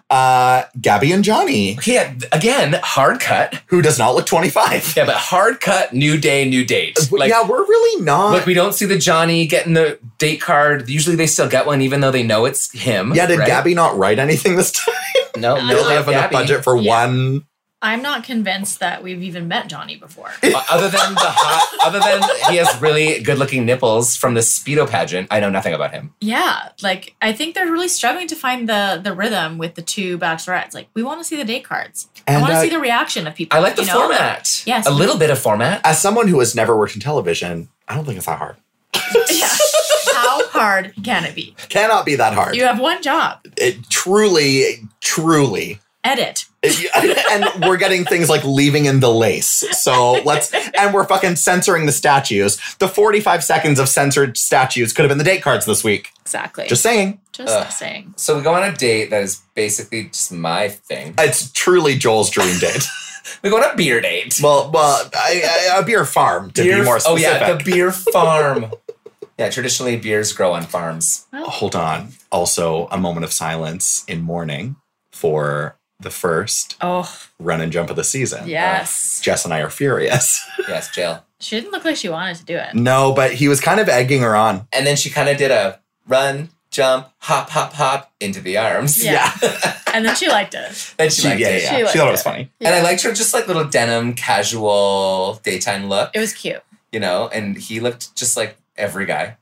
uh, Gabby and Johnny, Yeah, again, hard cut. who does not look 25. Yeah, but hard cut, new day, new date. Like, Uh, yeah, uh, we're really not. look, we don't see the Johnny getting the date card. Usually they still get one, even though they know it's him. yeah, did right? Gabby not write anything this time? No, I They no, only love have enough Gabby. budget for Yeah. one. I'm not convinced that we've even met Johnny before. Uh, other than the hot, other than he has really good-looking nipples from the speedo pageant, I know nothing about him. Yeah, like I think they're really struggling to find the the rhythm with the two bachelorettes. Like we want to see the date cards. I And want to uh, see the reaction of people. I like the you know? format. Yes. a little bit of format. as someone who has never worked in television, I don't think it's that hard. Yeah. How hard can it be? Cannot be that hard. You have one job: It truly, truly edit. and we're getting things like leaving in the lace. So let's, and we're fucking censoring the statues. The 45 seconds of censored statues could have been the date cards this week. Exactly. Just saying. Just Ugh. saying. So we go on a date that is basically just my thing. It's truly Joel's dream date. We go on a beer date. well, well, I, I, a beer farm to Beer- be more oh specific. yeah, the beer farm. yeah, traditionally beers grow on farms. Hold on. Also, a moment of silence in mourning for the first Oh run and jump of the season. yes, Jess and I are furious. Yes, jail. she didn't look like she wanted to do it. no, but he was kind of egging her on. And then she kind of did a run, jump, hop, hop, hop into the arms. Yeah. And then she liked it. Then she, She, yeah, liked yeah, yeah. it. She She, liked thought it it. was funny. And I Yeah. liked her just like little denim casual daytime look, It was cute. you know, and he looked just like every guy.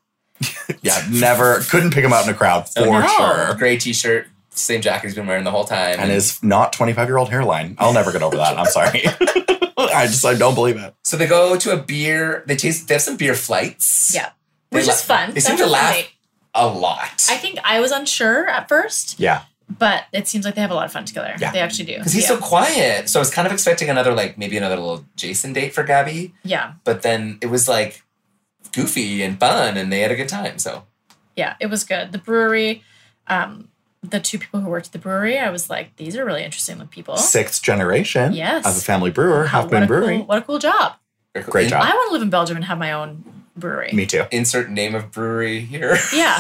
Yeah, never couldn't pick him out in a crowd for Oh, No. sure. Gray t shirt, same jacket he's been wearing the whole time. and his not 25 year old hairline. I'll never get over that. I'm sorry. I just I don't believe it. so they go to a beer, they taste they have some beer flights. Yeah. They Which la- is fun. They seem That's to a fun laugh date. a lot. I think I was unsure at first, Yeah, but it seems like they have a lot of fun together. Yeah. They actually do. Because he's yeah. so quiet. So I was kind of expecting another, like, maybe another little Jason date for Gabby. yeah. But then it was like goofy and fun and they had a good time. So yeah, it was good. The brewery, um, the two people who worked at the brewery, I was like, these are really interesting looking people. sixth generation. Yes. as a family brewer, Wow, half moon what a brewing. Cool, what a cool job. very cool. Great In- job. I want to live in Belgium and have my own brewery. Me too. Insert name of brewery here. Yeah,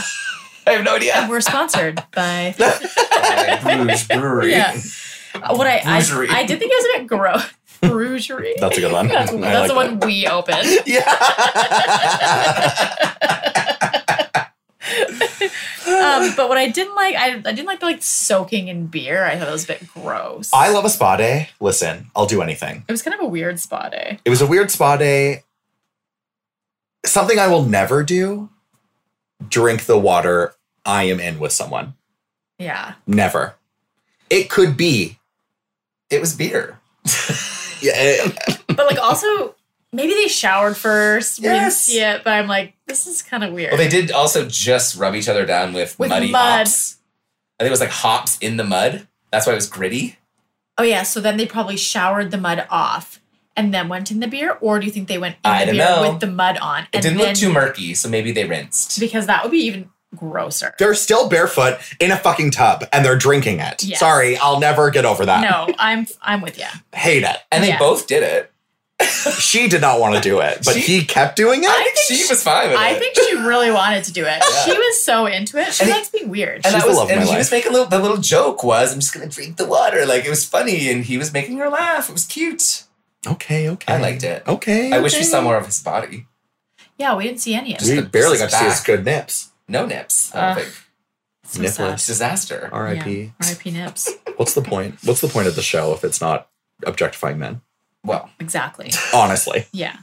I have no idea. and we're sponsored by. Like, Bruges Brewery. Yeah. Uh, What I, I Brewery. I did think it was a bit gross. Brewery. That's a good one. That's, I that's the like one we opened. that. Yeah. Um, but what I didn't like, I, I didn't like the like soaking in beer. I thought it was a bit gross. I love a spa day. Listen, I'll do anything. it was kind of a weird eh? spa day. It was a weird spa day. Something I will never do drink the water I am in with someone. Yeah. Never. It could be. It was beer. Yeah, eh, But like also maybe they showered first. We didn't Yes. see it, but I'm like, this is kind of weird. Well, they did also just rub each other down with, With muddy mud. hops. I think it was like hops in the mud. That's why it was gritty. oh yeah, so then they probably showered the mud off and then went in the beer, or do you think they went in I the don't beer know. with the mud on? It and didn't then, look too murky, so maybe they rinsed. because that would be even grosser. they're still barefoot in a fucking tub and they're drinking it. Yes. Sorry, I'll never get over Ah. that. No, I'm I'm with you. Hate it. And they Yeah. both did it. She did not want to do it, but She- he kept doing it. I think she was fine with I it. think she really wanted to do it. Yeah. She was so into it. She And it- likes being and weird. She's that the was, love of and my he life. was making a little. The little joke was, "I'm just gonna drink the water." Like it was funny, and he was making her laugh. It was cute. okay, okay. I liked it. Okay. I wish we okay. saw more of his body. yeah, we didn't see any of Just it. We the- barely got just to see his back. good nips. No nips. I don't Ugh. think So Nicholas. it's sad. disaster. R.I.P. Yeah, RIP nips. What's the point? What's the point of the show if it's not objectifying men? Well, Exactly. Honestly. Yeah.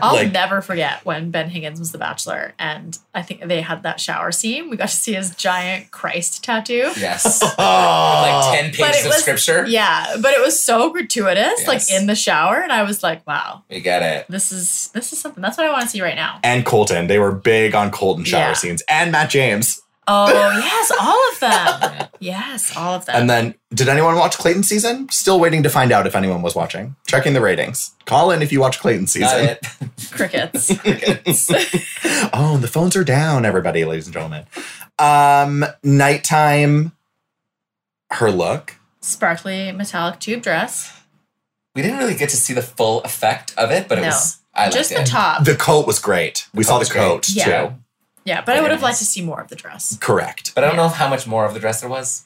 I'll Like- never forget when Ben Higgins was the bachelor and I think they had that shower scene. We got to see his giant Christ tattoo. yes, Oh. like ten But pages it of was- scripture. Yeah, but it was so gratuitous, Yes. like in the shower, and I was like, wow, We got it. this is this is something. That's what I want to see right now. and Colton. They were big on Colton shower Yeah. scenes and Matt James. Oh yes, all of them. Yeah. Yes, all of them. And then, did anyone watch Clayton season? Still waiting to find out if anyone was watching. Checking the ratings. Call in if you watch Clayton Got season. it. Crickets. Oh, and the phones are down, everybody, ladies and gentlemen. Um, nighttime. Her look. Sparkly metallic tube dress. we didn't really get to see the full effect of it, but it No. was. I liked Just the it. top. The coat was great. We saw Coat the was great. coat Yeah. too. yeah, but I Very would have nice. liked to see more of the dress. Correct. But I don't know how much more of the dress there was.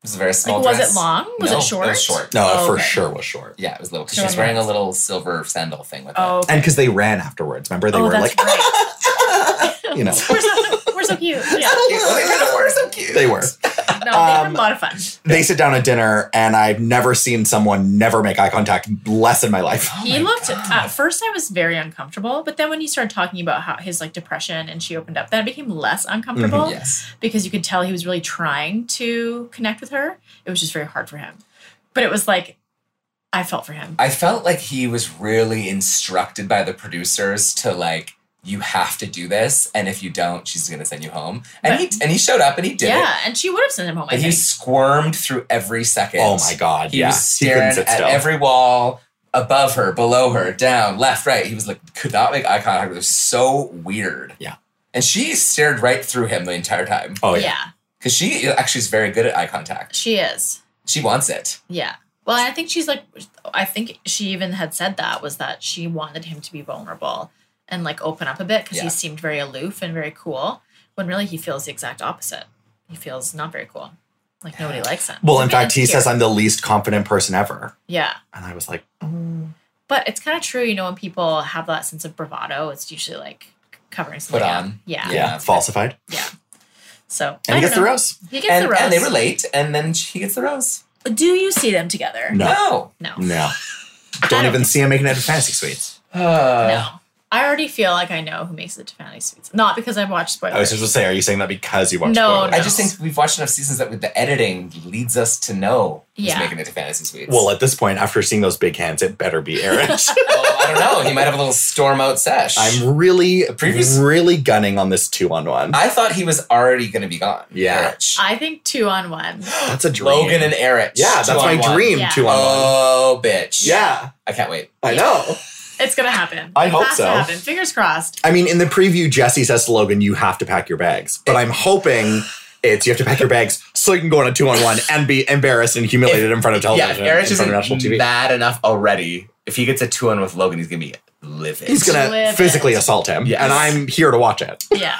was a very small Like, was dress. it long? Was No, it short? It was short. No, Oh, it for okay. sure was short. Yeah, it was little. 'cause So she was wearing a nice. little silver sandal thing with it. Oh, okay. And because they ran afterwards, remember they oh, were that's like, right. you know, we're, so, we're so cute. Yeah. Cute. They kinda were so cute. Oh they were. No, they had Um, a lot of fun. They sit down at dinner, and I've never seen someone never make eye contact less in my life. Oh he my looked God. at first i was very uncomfortable but then when he started talking about how his like depression and she opened up then it became less uncomfortable Mm-hmm. Yes. because you could tell he was really trying to connect with her it was just very hard for him but it was like i felt for him I felt like he was really instructed by the producers to like, you have to do this, and if you don't, she's gonna send you home. And he and he showed up and he did it. yeah and she would have sent him home I And he think. squirmed through every second. Oh my god! He yeah, was staring at every wall, above her, below her, down, left, right. He was like, could not make eye contact. It was so weird. Yeah. And she stared right through him the entire time. oh yeah. yeah Because she actually is very good at eye contact. she is She wants it. yeah well i think she's like i think she even had said that was that she wanted him to be vulnerable and like open up a bit because Yeah. he seemed very aloof and very cool when really he feels the exact opposite he feels not very cool like nobody likes him Well, He's in a fact, bit he says insecure. I'm the least confident person ever, yeah and I was like, but it's kind of true you know when people have that sense of bravado it's usually like covering something Put up. on. yeah yeah, Yeah. falsified, so and I he gets don't the know. rose. he gets and, the rose and they relate, and then she gets the rose. do you see them together No. No. no No, I don't don't even see him making it to fantasy suites. Uh, no I already feel like I know who makes it to Fantasy Suites. Not because I've watched spoilers. I was just gonna say, are you saying that because you watched? No, Spoilers? I just think we've watched enough seasons that with the editing leads us to know who's Yeah. making it to fantasy suites. Well, at this point, after seeing those big hands, it better be Aaron. Well, I don't know. He might have a little storm out sesh. I'm really, previous- really gunning on this two on one. I thought he was already going to be gone. Yeah. Erich. I think two on one. That's a dream. Logan and Erich. yeah, that's Two on my one. dream. Yeah. Two on one. Oh, bitch. Yeah, I can't wait. I know. It's gonna happen. I It hope has so. To happen. Fingers crossed. I mean, in the preview, Jesse says to Logan, "You have to pack your bags," but I'm hoping. It's you have to pack your bags so you can go on a two on one and be embarrassed and humiliated in front of yeah, television, Erich in front of national isn't TV. mad enough already. If he gets a two on with Logan, he's going to be livid. He's gonna Livid. physically assault him, Yes. and I'm here to watch it. Yeah,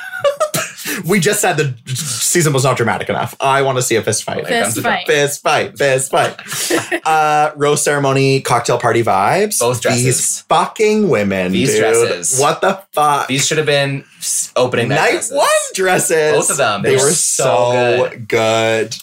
We just said the season was not dramatic enough. I want to see a fist fight. Fist Comes to fight. Fist fight. Fist fight. uh, rose ceremony, cocktail party vibes. Both dresses. These fucking women. These dude. dresses. What the fuck? These should have been s- opening night. Night dresses. one dresses. Both of them. They, were so good.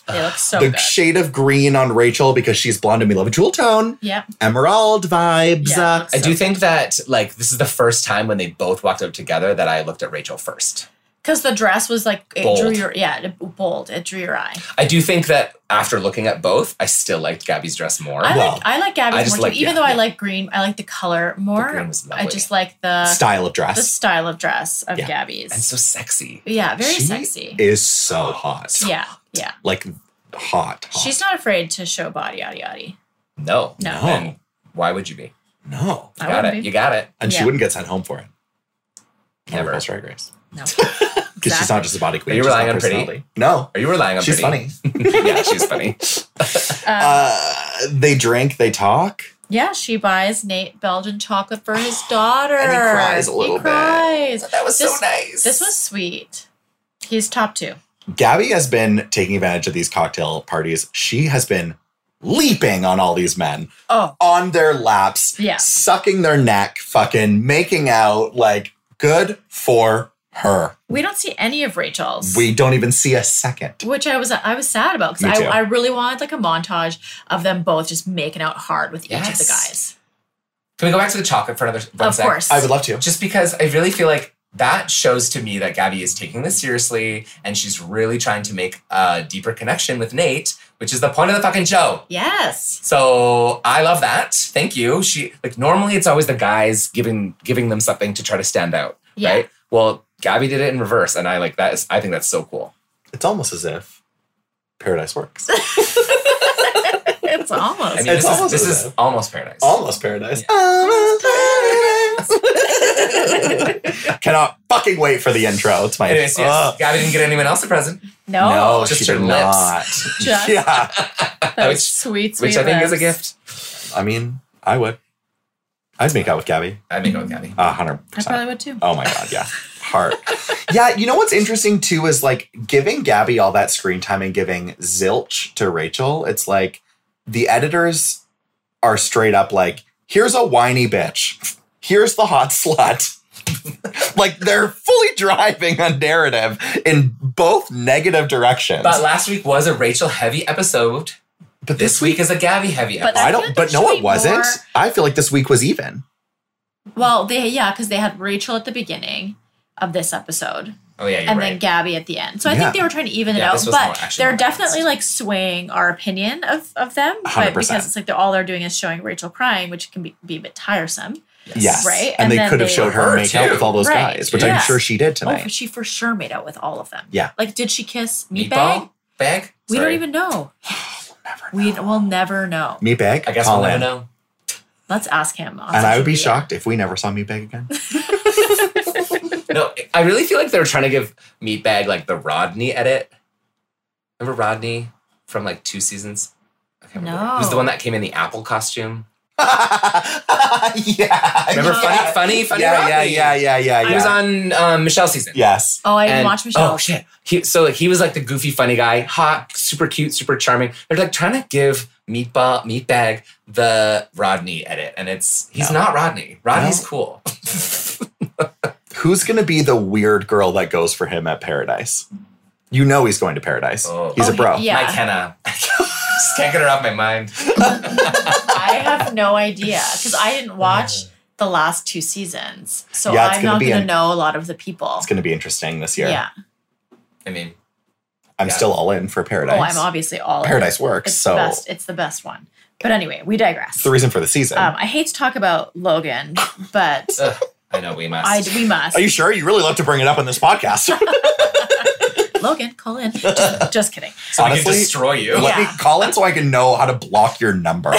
they look so the good. shade of green on Rachel because she's blonde and we love a jewel tone. yep. Emerald vibes. Yeah, it Uh, looks I so do think that like this is the first time when they both walked out together that I looked at Rachel first. Because the dress was like it drew Bold. your yeah it, bold. It drew your eye. I do think that after looking at both, I still liked Gabby's dress more. I Well, like I like Gabby's I just more like- too. Even yeah, though I yeah. like green, I like the color more. green was lovely. I just like the Uh, style of the dress style of dress of Yeah. Gabby's. and so sexy. yeah, very She sexy. is so hot. yeah, yeah. Like hot. hot. She's not afraid to show body, yada yada. No. No. Oh. Then why would you be? You no. I got it. wouldn't be. You got it. And she Yeah. wouldn't get sent home for it. On Never. RuPaul's Drag Race. No. Because she's not just a body queen. Are you she's got relying on pretty? personality. No. Are you relying on she's Brittany? funny. yeah, she's funny. Um, Uh, they drink, they talk. yeah, she buys Nate Belgian chocolate for his daughter. And he cries a little he bit. Cries. That was This- so nice. This was sweet. He's top two. Gabby has been taking advantage of these cocktail parties. She has been leaping on all these men, Oh, on their laps, Yeah. sucking their neck, fucking making out. Like, good for her. we don't see any of Rachel's. We don't even see a second. which I was I was sad about Me because too. I, I really wanted like a montage of them both just making out hard with each of the Yes. guys. Can we go back to the chocolate for another one of sec? course. I would love to. Just because I really feel like that shows to me that Gabby is taking this seriously and she's really trying to make a deeper connection with Nate, which is the point of the fucking show. yes. So I love that. Thank you. She like normally it's always the guys giving giving them something to try to stand out. Yeah. Right? Well, Gabby did it in reverse, and I like that is I think that's so cool. It's almost as if paradise works. It's almost. I mean, It's this, is, almost this as is if. almost paradise. Almost paradise. Almost paradise. Cannot fucking wait for the intro. It's my Anyways, yes, Ugh. Gabby didn't get anyone else a present, no. no, just she her did lips. not. Just Yeah, those which- sweet, sweet which I think is a lips. gift. I mean, I would. I'd make out with Gabby, I make out with Gabby. a hundred I percent. probably would too. Oh my god, yeah. heart. yeah, you know what's interesting too is like giving Gabby all that screen time and giving zilch to Rachel. It's like the editors are straight up like, here's a whiny bitch, here's the hot slut. like they're fully driving on narrative in both negative directions. But last week was a Rachel heavy episode. But This week is a Gabby heavy But episode. I I feel don't. like But there no, should it be wasn't. more- I feel like this week was even. Well, they yeah, because they had Rachel at the beginning of this episode, oh yeah, you're and right. then Gabby at the end. So I Yeah. think they were trying to even it Yeah, out, this was more- but actually they're more definitely balanced. like swaying our opinion of of them. But 100%. because it's like they're all they're doing is showing Rachel crying, which can be, be a bit tiresome. Yes, Right? And, And they then could have they- showed her Her make out too. with all those Right. guys, which I'm Yeah. sure she did Oh, tonight. she for sure made out with all of them. Yeah. Like, did she kiss meatbag? Meatball bag. We Sorry. don't even know. Never know. We will never know. Me bag. I guess call we'll never in. know. Let's ask him. on And I would social be media. shocked if we never saw me bag again. No, I really feel like they were trying to give Meatbag like the Rodney edit. Remember Rodney from like two seasons? I can't remember. No. It was the one that came in the apple costume. yeah. Remember yeah. Funny, Funny, Funny yeah, yeah, Rodney? yeah, yeah, yeah, yeah. He was on um, Michelle's season. Yes. Oh, I didn't And- watch Michelle. Oh shit. He, so he was like the goofy, funny guy, hot, super cute, super charming. They're like trying to give meatball meatbag the Rodney edit, and it's he's No. not Rodney. Rodney's No. cool. Who's gonna be the weird girl that goes for him at Paradise? You know he's going to Paradise. Oh. He's Oh, a bro. he- yeah. My Kenna. Just can't get her off my mind. I have no idea because I didn't watch the last two seasons, so Yeah, it's I'm gonna not be going to an- know a lot of the people. It's gonna be interesting this year. Yeah. I mean, I'm Yeah. still all in for Paradise. Oh, I'm obviously all in. Paradise works, It's so the best. It's the best one. But anyway, we digress. it's the reason for the season. Um, I hate to talk about Logan, but ugh, I know we must. I we must. Are you sure? You really love to bring it up on this podcast. Logan, call in. Just, just kidding. so I honestly, can destroy you. Let me Yeah. call it so I can know how to block your number.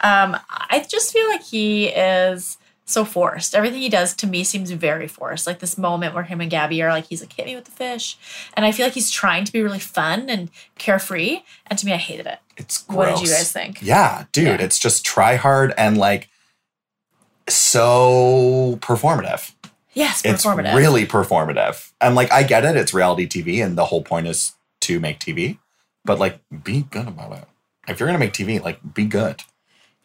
Um, I just feel like he is so forced. Everything he does to me seems very forced. Like this moment where him and Gabby are like, he's like, hit me with the fish. And I feel like he's trying to be really fun and carefree. And to me, I hated it. It's gross. What did you guys think? Yeah, dude, Yeah. it's just try hard and like so performative. Yes, It's performative. really performative. And like I get it, it's reality TV and the whole point is to make TV, but like be good about it. If you're going to make TV, like be good.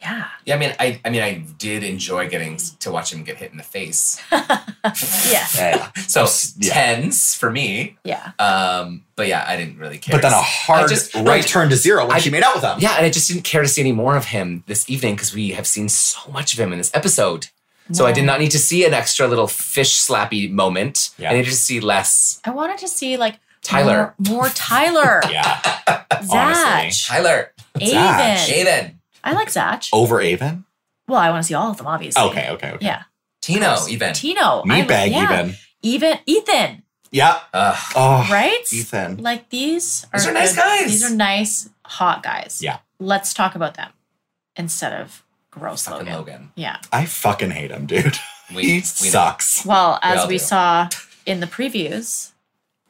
yeah. Yeah, I mean, I, I mean, I did enjoy getting s- to watch him get hit in the face. Yes. Yeah. So Yeah. tens for me. Yeah. Um, but yeah, I didn't really care. But then a to hard just- no, right I- turn to zero when I- she made out with him. Yeah, and I just didn't care to see any more of him this evening because we have seen so much of him in this episode. So I No. did not need to see an extra little fish slappy moment. Yeah. I needed to see less I wanted to see like Tyler. More, more Tyler. Yeah. Zach. Tyler, Zach. Aiden. Jaden, I like Zach. Oh. Over Avon? Well, I want to see all of them, obviously. Okay, okay, okay. Yeah. Tino, even. Tino. I Meat like- bag yeah. even. Even Ethan, Yeah. Ugh. Oh, right? Ethan. Like these are, These are nice good- guys. These are nice, hot guys. Yeah. Let's talk about them instead of gross Fucking Logan. Logan. Yeah. I fucking hate him, dude. We, he we know. sucks. Well, as all we do. saw in the previews,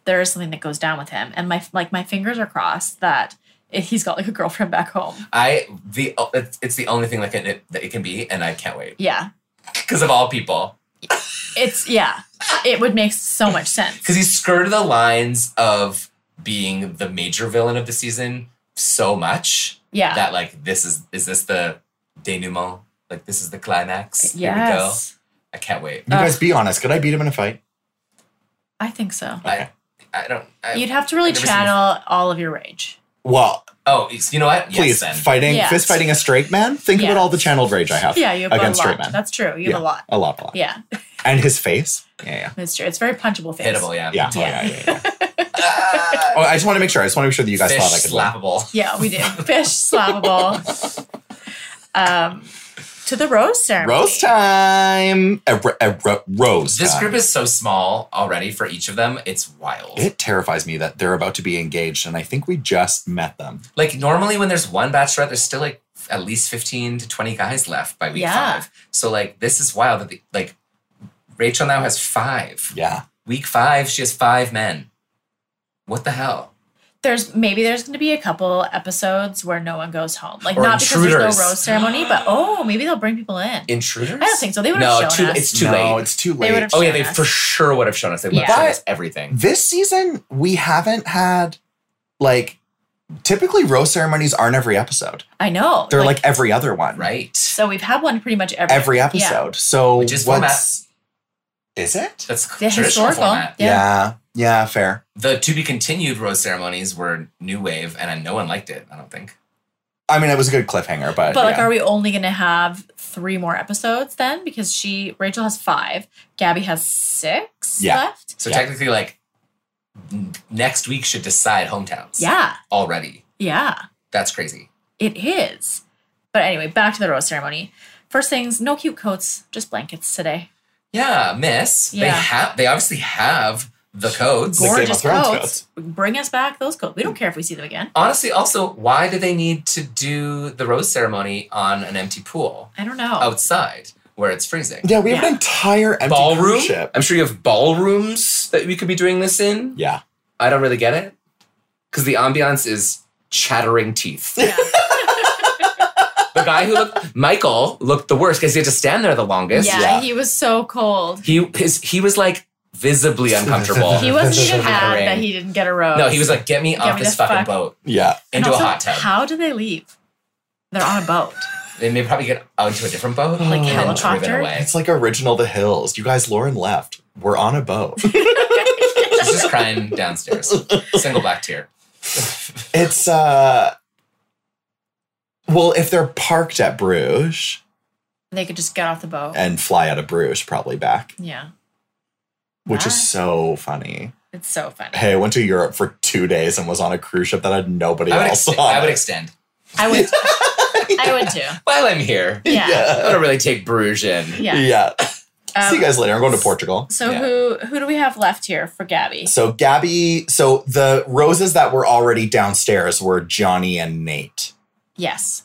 there is something that goes down with him, and my like my fingers are crossed that he's got like a girlfriend back home. I the oh, it's, it's the only thing that can it, that it can be, and I can't wait Yeah. because of all people. It's yeah. It would make so much sense. Because he skirted the lines of being the major villain of the season so much. Yeah. that like this is is this the denouement? Like this is the climax. Here we go. yes. I can't wait. Uh. You guys be honest. Could I beat him in a fight? I think so. Okay. I don't. I, You'd have to really I've never seen- channel all of your rage. Well, oh, you know what? please, Yes, then. fighting Yeah. fist fighting a straight man. Think Yeah. about all the channeled rage I have. Yeah, you have Against a straight lot. men. That's true. You have Yeah. a lot. a lot, a lot. Yeah, And his face. Yeah, that's true. It's very punchable face. Hittable, yeah. Ah, yeah, yeah, oh, yeah. Yeah. yeah, yeah, Oh, I just want to make sure. I just want to make sure that you guys Fish thought I could. Slap. slappable. Yeah, we did. Fish slappable. Um, to the rose ceremony. Rose time. A, ro- a ro- rose. This time. group is so small already for each of them. It's wild. It terrifies me that they're about to be engaged, and I think we just met them. like normally when there's one bachelorette, there's still like at least fifteen to twenty guys left by week Yeah. five. So like this is wild. That the, like Rachel now has five. Yeah, Week five, she has five men. What the hell? there's maybe there's going to be a couple episodes where no one goes home. Like Or not because there's intruders. no rose ceremony, but oh, maybe they'll bring people in. Intruders? I don't think so. They would No, have too- shown us. it's too no, late. it's too They late. would've Oh yeah, shown they us. for sure would have shown us. They would have Yeah. shown But- us everything. This season, we haven't had like typically rose ceremonies aren't every episode. I know. They're like, every other one, Right. so we've had one pretty much every Every yeah. episode. So Which is what's is it? That's The traditional historical. format. Yeah. yeah. Yeah, fair. The to be continued rose ceremonies were new wave, and no one liked it. I don't think. I mean, it was a good cliffhanger, but, But like, yeah. are we only going to have three more episodes then? Because she Rachel has five, Gabby has six Yeah. left. So Yeah. technically, like n- next week should decide hometowns. Yeah, Already, yeah. that's crazy. It is. But anyway, back to the rose ceremony. First things, no cute coats, just blankets today. Yeah, miss. They Yeah. have. They obviously have the codes. Like Game of Gorgeous Thrones coats. Bring us back those coats. We don't care if we see them again. Honestly, also, why do they need to do the rose ceremony on an empty pool I don't know. Oh. outside where it's freezing? Yeah, we have Yeah. an entire empty Ballroom. cruise ship. I'm sure you have ballrooms that we could be doing this in. Yeah. I don't really get it because the ambiance is chattering teeth. Yeah. the guy who looked Michael looked the worst because he had to stand there the longest. yeah, Yeah. he was so cold. He his he was like visibly uncomfortable. He wasn't even mad Chattering. that he didn't get a rose. No, he was like, get me Get off me this the fucking fuck- boat Yeah. And into a also, hot tub. How do they leave? They're on a boat. they may probably get out into a different Like boat. and then helicopter? driven away. It's like original The Hills. You guys, Lauren left. We're on a boat. She's just crying downstairs. Single black tear. it's uh well, if they're parked at Bruges they could just get off the boat. and fly out of Bruges, probably back, Yeah. which Bye. is so funny. It's so funny. Hey, I went to Europe for two days and was on a cruise ship that had nobody I would, else ex- on. I would it. extend. I would I would too. While I'm here, Yeah. I yeah. don't really take Bruges in. Yeah. Yeah. See Um, you guys later. I'm going to Portugal. so Yeah. who who do we have left here for Gabby? So Gabby, so the roses that were already downstairs were Johnny and Nate. Yes.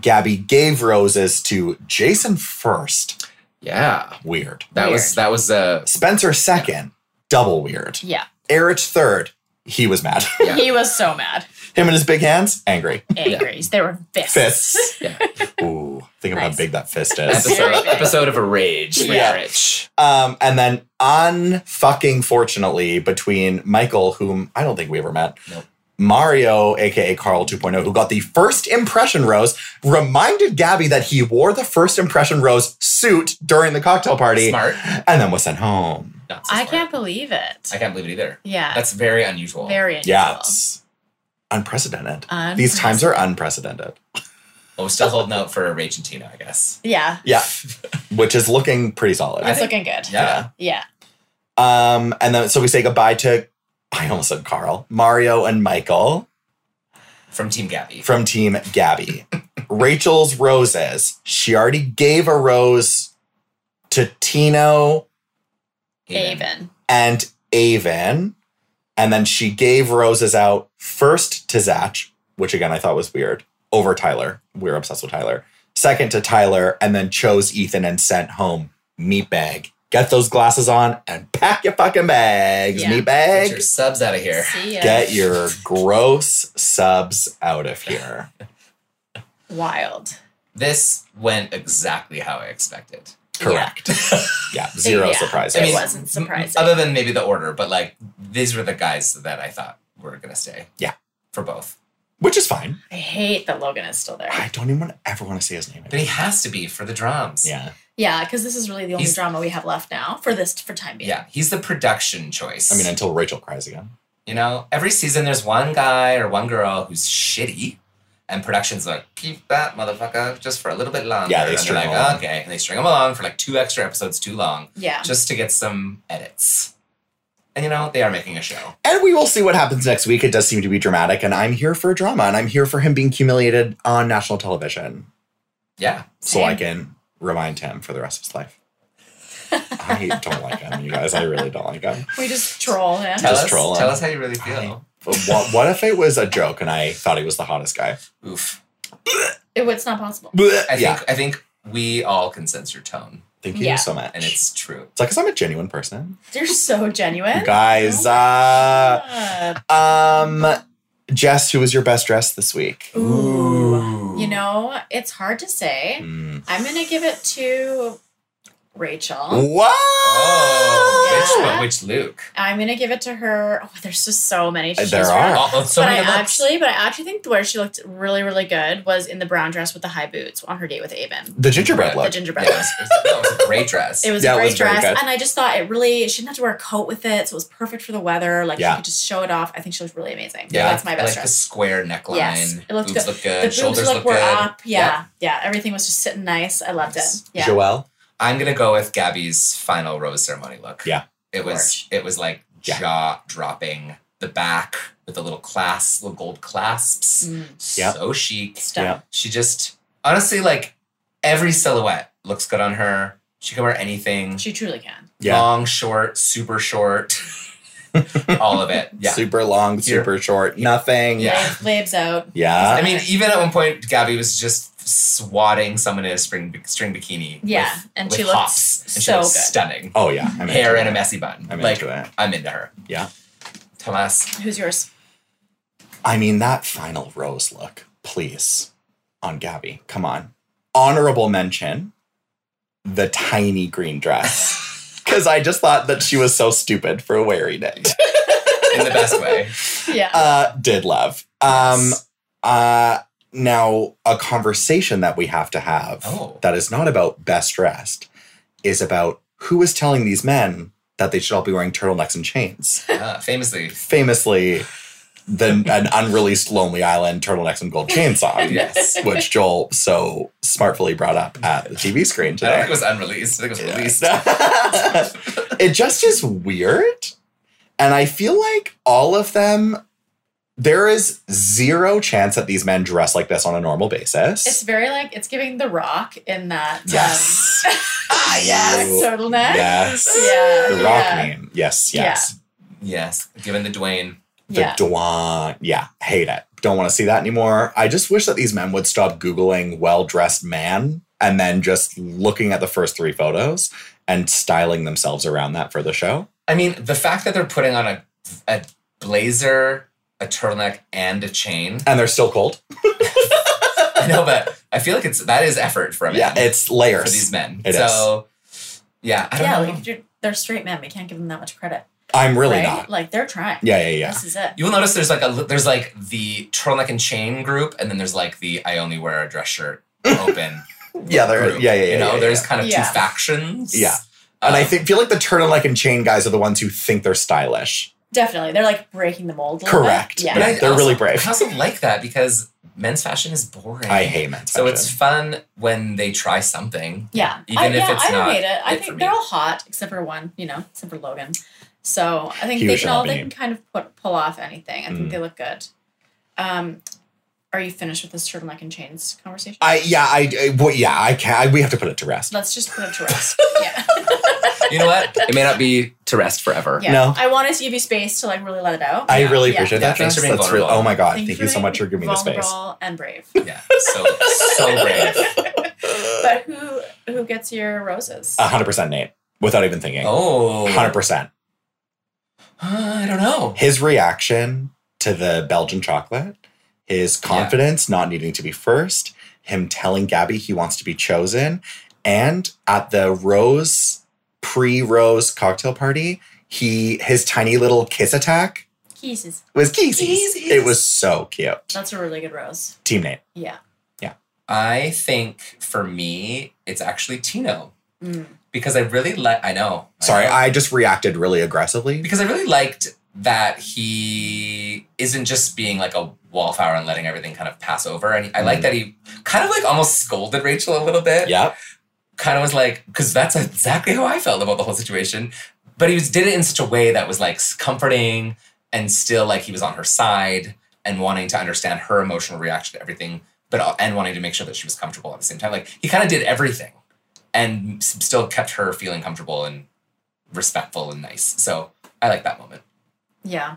Gabby gave roses to Jason first. Yeah. Weird. That was Weird. that was uh Spencer second. Double weird. Yeah. Erich third. He was mad. Yeah. He was so mad. Him and his big hands, angry. angry. They were fists. Fists. Yeah. Ooh, think of Nice. how big that fist is. episode, Very big. episode of a rage. Yeah. Yeah. Rich. Um, and then unfucking fortunately, between Michael, whom I don't think we ever met, Nope. Mario, aka Carl 2.0, who got the first impression rose, reminded Gabby that he wore the first impression rose suit during the cocktail party Smart. and then was sent home. Not so I smart. can't believe it. I can't believe it either. yeah. That's very unusual. very unusual. Yeah, it's unprecedented. Unprecedented. These times are unprecedented, Well, we're still holding out for Rage and Tina, I guess. Yeah. which is looking pretty solid. I It's think- looking good. Yeah. Yeah. Um, and then so we say goodbye to I almost said Carl, Mario, and Michael From Team Gabby. from Team Gabby. Rachel's roses. She already gave a rose to Tino Avon. and Avon, and then she gave roses out first to Zach, which again I thought was weird. Over Tyler, we're obsessed with Tyler. Second to Tyler, and then chose Ethan and sent home meatbag. Get those glasses on and pack your fucking bags, Yeah. Get your meatbag. subs out of here. See ya. Get your gross subs out of here. Wild. This went exactly how I expected. Correct. Yeah, zero Yeah. surprises. It I mean, wasn't surprising. Other than maybe the order, but like these were the guys that I thought were gonna stay. Yeah. For both. Which is fine. I hate that Logan is still there. I don't even wanna- ever want to say his name. But he has to be for the drums. Yeah. Yeah, because this is really the only He's- drama we have left now for this for time being. Yeah. He's the production choice. I mean, until Rachel cries again. you know, every season there's one guy or one girl who's shitty. And production's like, keep that motherfucker just for a little bit longer. Yeah, they and they're string like, him along. okay. And they string him along for like two extra episodes too long Yeah. just to get some edits. And you know, they are making a show. And we will see what happens next week. It does seem to be dramatic, and I'm here for drama, and I'm here for him being humiliated on national television Yeah. so I Same. can remind him for the rest of his life. I don't like him, you guys. I really don't like him. We just troll him. Tell Just us, troll him. tell us how you really feel. But what, what if it was a joke and I thought he was the hottest guy? Oof. It- it's not possible. I yeah, think I think we all can sense your tone, thank you Yeah. so much. and it's true. it's like, because I'm a genuine person. They're so You genuine. guys, uh, Uh, um, Jess, who was your best dressed this week? Ooh. Ooh. You know, it's hard to say. Oh. Mm. I'm going to give it to Rachel. Whoa! Oh, Yeah. which, but which Luke? I'm going to give it to her. Oh, there's just so many. to There choose are. from. Oh, oh, so but I many looks. actually, but I actually think where she looked really, really good was in the brown dress with the high boots on her date with Aben. The gingerbread The look. The gingerbread Yes, dress. it was, that was a great dress. It was Yeah, it a great was very dress, good. and I just thought it really. She didn't have to wear a coat with it, so it was perfect for the weather. Like Yeah. she could just show it off. I think she looked really amazing. Yeah. that's my I best like the dress. square neckline. Yes, it looked boobs good. look good. the boobs Shoulders look, look were good. up. Yeah. Yeah, yeah, Everything was just sitting nice. I loved it. Yeah. Joelle? I'm gonna go with Gabby's final rose ceremony look. Yeah. It was it was like Yeah. jaw dropping. The back with the little clasps, little gold clasps. Mm, Yeah. So chic. stuff. Yeah. She just honestly like every silhouette looks good on her. She can wear anything. She truly can. Yeah. Long, short, super short. All of it. Yeah. Super long, Here. super short, nothing. Yeah. Lab- Labs out. Yeah. I mean, even at one point, Gabby was just swatting someone in a string string bikini. Yeah, with- and with she looked hops, and she so looked good. stunning. Oh, yeah. I'm Hair into and a it. messy bun. I'm like into it. I'm into her. Yeah. Tomas. Who's yours? I mean, that final rose look, please, on Gabby. Come on. Honorable mention the tiny green dress. Because I just thought that she was so stupid for wearing it. in the best way. Yeah. Uh, did love. Um, uh, now, a conversation that we have to have Oh. that is not about best dressed is about who is telling these men that they should all be wearing turtlenecks and chains. Uh, famously. famously the an unreleased Lonely Island turtlenecks and gold chain song, Yes. which Joel so smartfully brought up at the TV screen I don't think it today. was unreleased. I think it was released. it just is weird, and I feel like all of them. There is zero chance that these men dress like this on a normal basis. it's very like it's giving the rock in that yes. ah, um, yes. turtleneck. Yes. Yeah. The rock yeah, meme. Yes, Yeah. yes. Yes. Given the Dwayne. The Yeah. Dwan. Yeah, hate it. Don't want to see that anymore. I just wish that these men would stop Googling well dressed man and then just looking at the first three photos and styling themselves around that for the show. I mean, the fact that they're putting on a a blazer, a turtleneck, and a chain. And they're still cold. I know, but I feel like it's that is effort from Yeah, it's layers. for these men. It so yeah, I don't Yeah, know. like if you're, they're straight men. We can't give them that much credit. I'm really right? not. Like they're trying. Yeah, yeah, yeah. This is it. You will notice there's like a there's like the turtleneck and chain group, and then there's like the I only wear a dress shirt open. Yeah, there- group. yeah, yeah, yeah, You know, yeah, there's yeah. kind of Yeah. two factions. Um, Yeah. And I think, feel like the turtleneck and chain guys are the ones who think they're stylish. Definitely. They're like breaking the mold. A little Correct. Bit. Yeah. But I they're really also- brave. I also like that because men's fashion is boring. I hate men's So fashion. it's fun when they try something. Yeah. Even I, if yeah, it's I don't not hate it. I it for think me. they're all hot except for one, you know, except for Logan. So I think He they was can all shall they be. can kind of put, pull off anything. I Mm. think they look good. Um, are you finished with this turtleneck and chains conversation? I yeah I, I well, yeah I can I, we have to put it to rest. Let's just put it to rest. yeah. You know what? It may not be to rest forever. yeah. No. I want us to give you space to like really let it out. I Yeah, really yeah. appreciate Yeah, that. thanks for Jess. being That's really, vulnerable. oh my god, thank, for you so being much for giving me the space. vulnerable and brave. Yeah. So so brave. But who who gets your roses? hundred percent Nate, without even thinking. Oh. Hundred percent. Uh, I don't know. His reaction to the Belgian chocolate, his confidence, not needing to be first, him telling Gabby he wants to be chosen, and at the Rose pre-Rose cocktail party, he his tiny little kiss attack Kisses. was keesies. Keesies. It was so cute. That's a really good rose. Team Nate. Yeah. I think for me, it's actually Tino Mm. because I really like. I know. Sorry, know. I just reacted really aggressively. because I really liked that he isn't just being like a wallflower and letting everything kind of pass over. And I like Mm. that he kind of like almost scolded Rachel a little bit. Yep. Kind of was like, because that's exactly how I felt about the whole situation. But he was, did it in such a way that was like comforting and still like he was on her side and wanting to understand her emotional reaction to everything, but al- and wanting to make sure that she was comfortable at the same time. Like he kind of did everything and s- still kept her feeling comfortable and respectful and nice. So I like that moment. Yeah.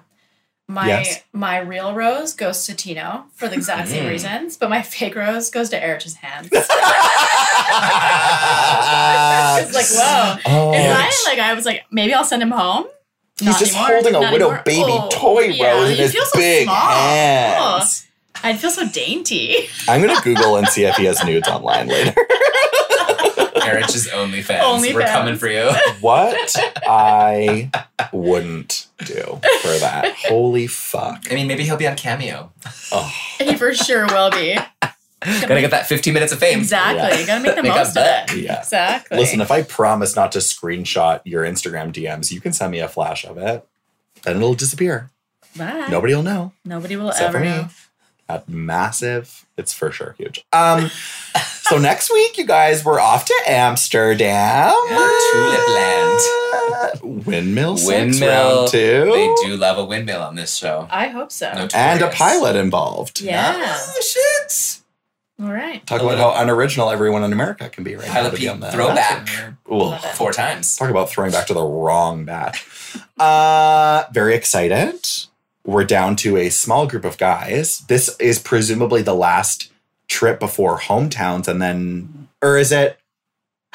My Yes. my real rose goes to Tino for the exact same Mm. reasons, but my fake rose goes to Erich's hands. it's it's like, whoa. Oh, Oh, Is I like I was like, maybe I'll send him home. He's Not just anymore. holding a Not little anymore. baby Oh, toy yeah. rose in You his feel so big small. hands. I'd feel so dainty. I'm gonna Google and see if he has nudes online later. Marriage's only fans. Only We're fans. coming for you. What I wouldn't do for that. Holy fuck. I mean, maybe he'll be on Cameo. Oh, He for sure will be. Gotta get that 15 minutes of fame. Exactly. Yeah. Gotta make the Make a most of buck. it. yeah. Exactly. Listen, if I promise not to screenshot your Instagram DMs, you can send me a flash of it. Then it'll disappear. Bye. Nobody will know. Nobody will Except ever for me. know. That massive. It's for sure huge. Um, so next week, you guys, we're off to Amsterdam. Yeah, Tulip Land. Windmill. Windmill. Windmill. Round two. They do love a windmill on this show. I hope so. No And a Notorious. pilot involved. Yeah. Oh, shit. All right. Talk A about little- how unoriginal everyone in America can be right now. Pilot to be Pete on that. throwback. Ooh, Love it. Four times. talk about throwing back to the wrong batch. Uh, very excited. We're down to a small group of guys. This is presumably the last trip before hometowns, and then, or is it?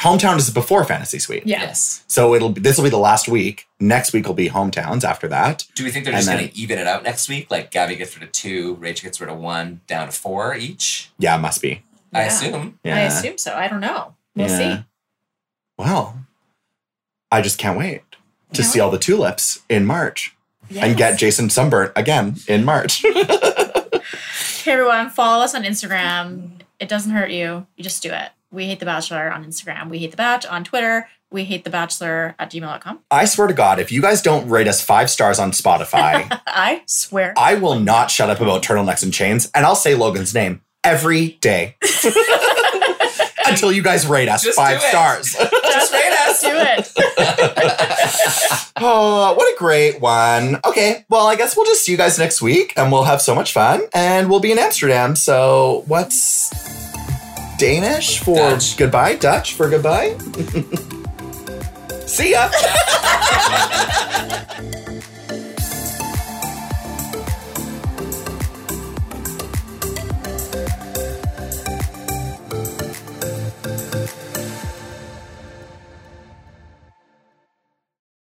Hometown is before Fantasy Suite, Yeah. Yes. so it'll be, this will be the last week. Next week will be hometowns. After that, Do we think they're And just then- going to even it out next week? Like Gabby gets rid of two, Rachel gets rid of one, down to four each? yeah, must be. I Yeah. assume. Yeah. I assume so. I don't know. We'll Yeah. see. Well, I just can't wait to Can't see all the tulips in March and Yes. get Jason sunburnt again in March. Hey everyone, follow us on Instagram. It doesn't hurt you. You just do it. We hate the Bachelor on Instagram. We hate the Batch on Twitter. We hate the Bachelor at gmail.com. I swear to God, if you guys don't rate us five stars on Spotify, I swear. I will not shut up about turtlenecks and chains, and I'll say Logan's name every day until you guys rate us Just five do it. stars. Just rate us. do it. oh, what a great one! Okay, well, I guess we'll just see you guys next week, and we'll have so much fun, and we'll be in Amsterdam. So, what's Danish for Dutch. goodbye? Dutch for goodbye? see ya.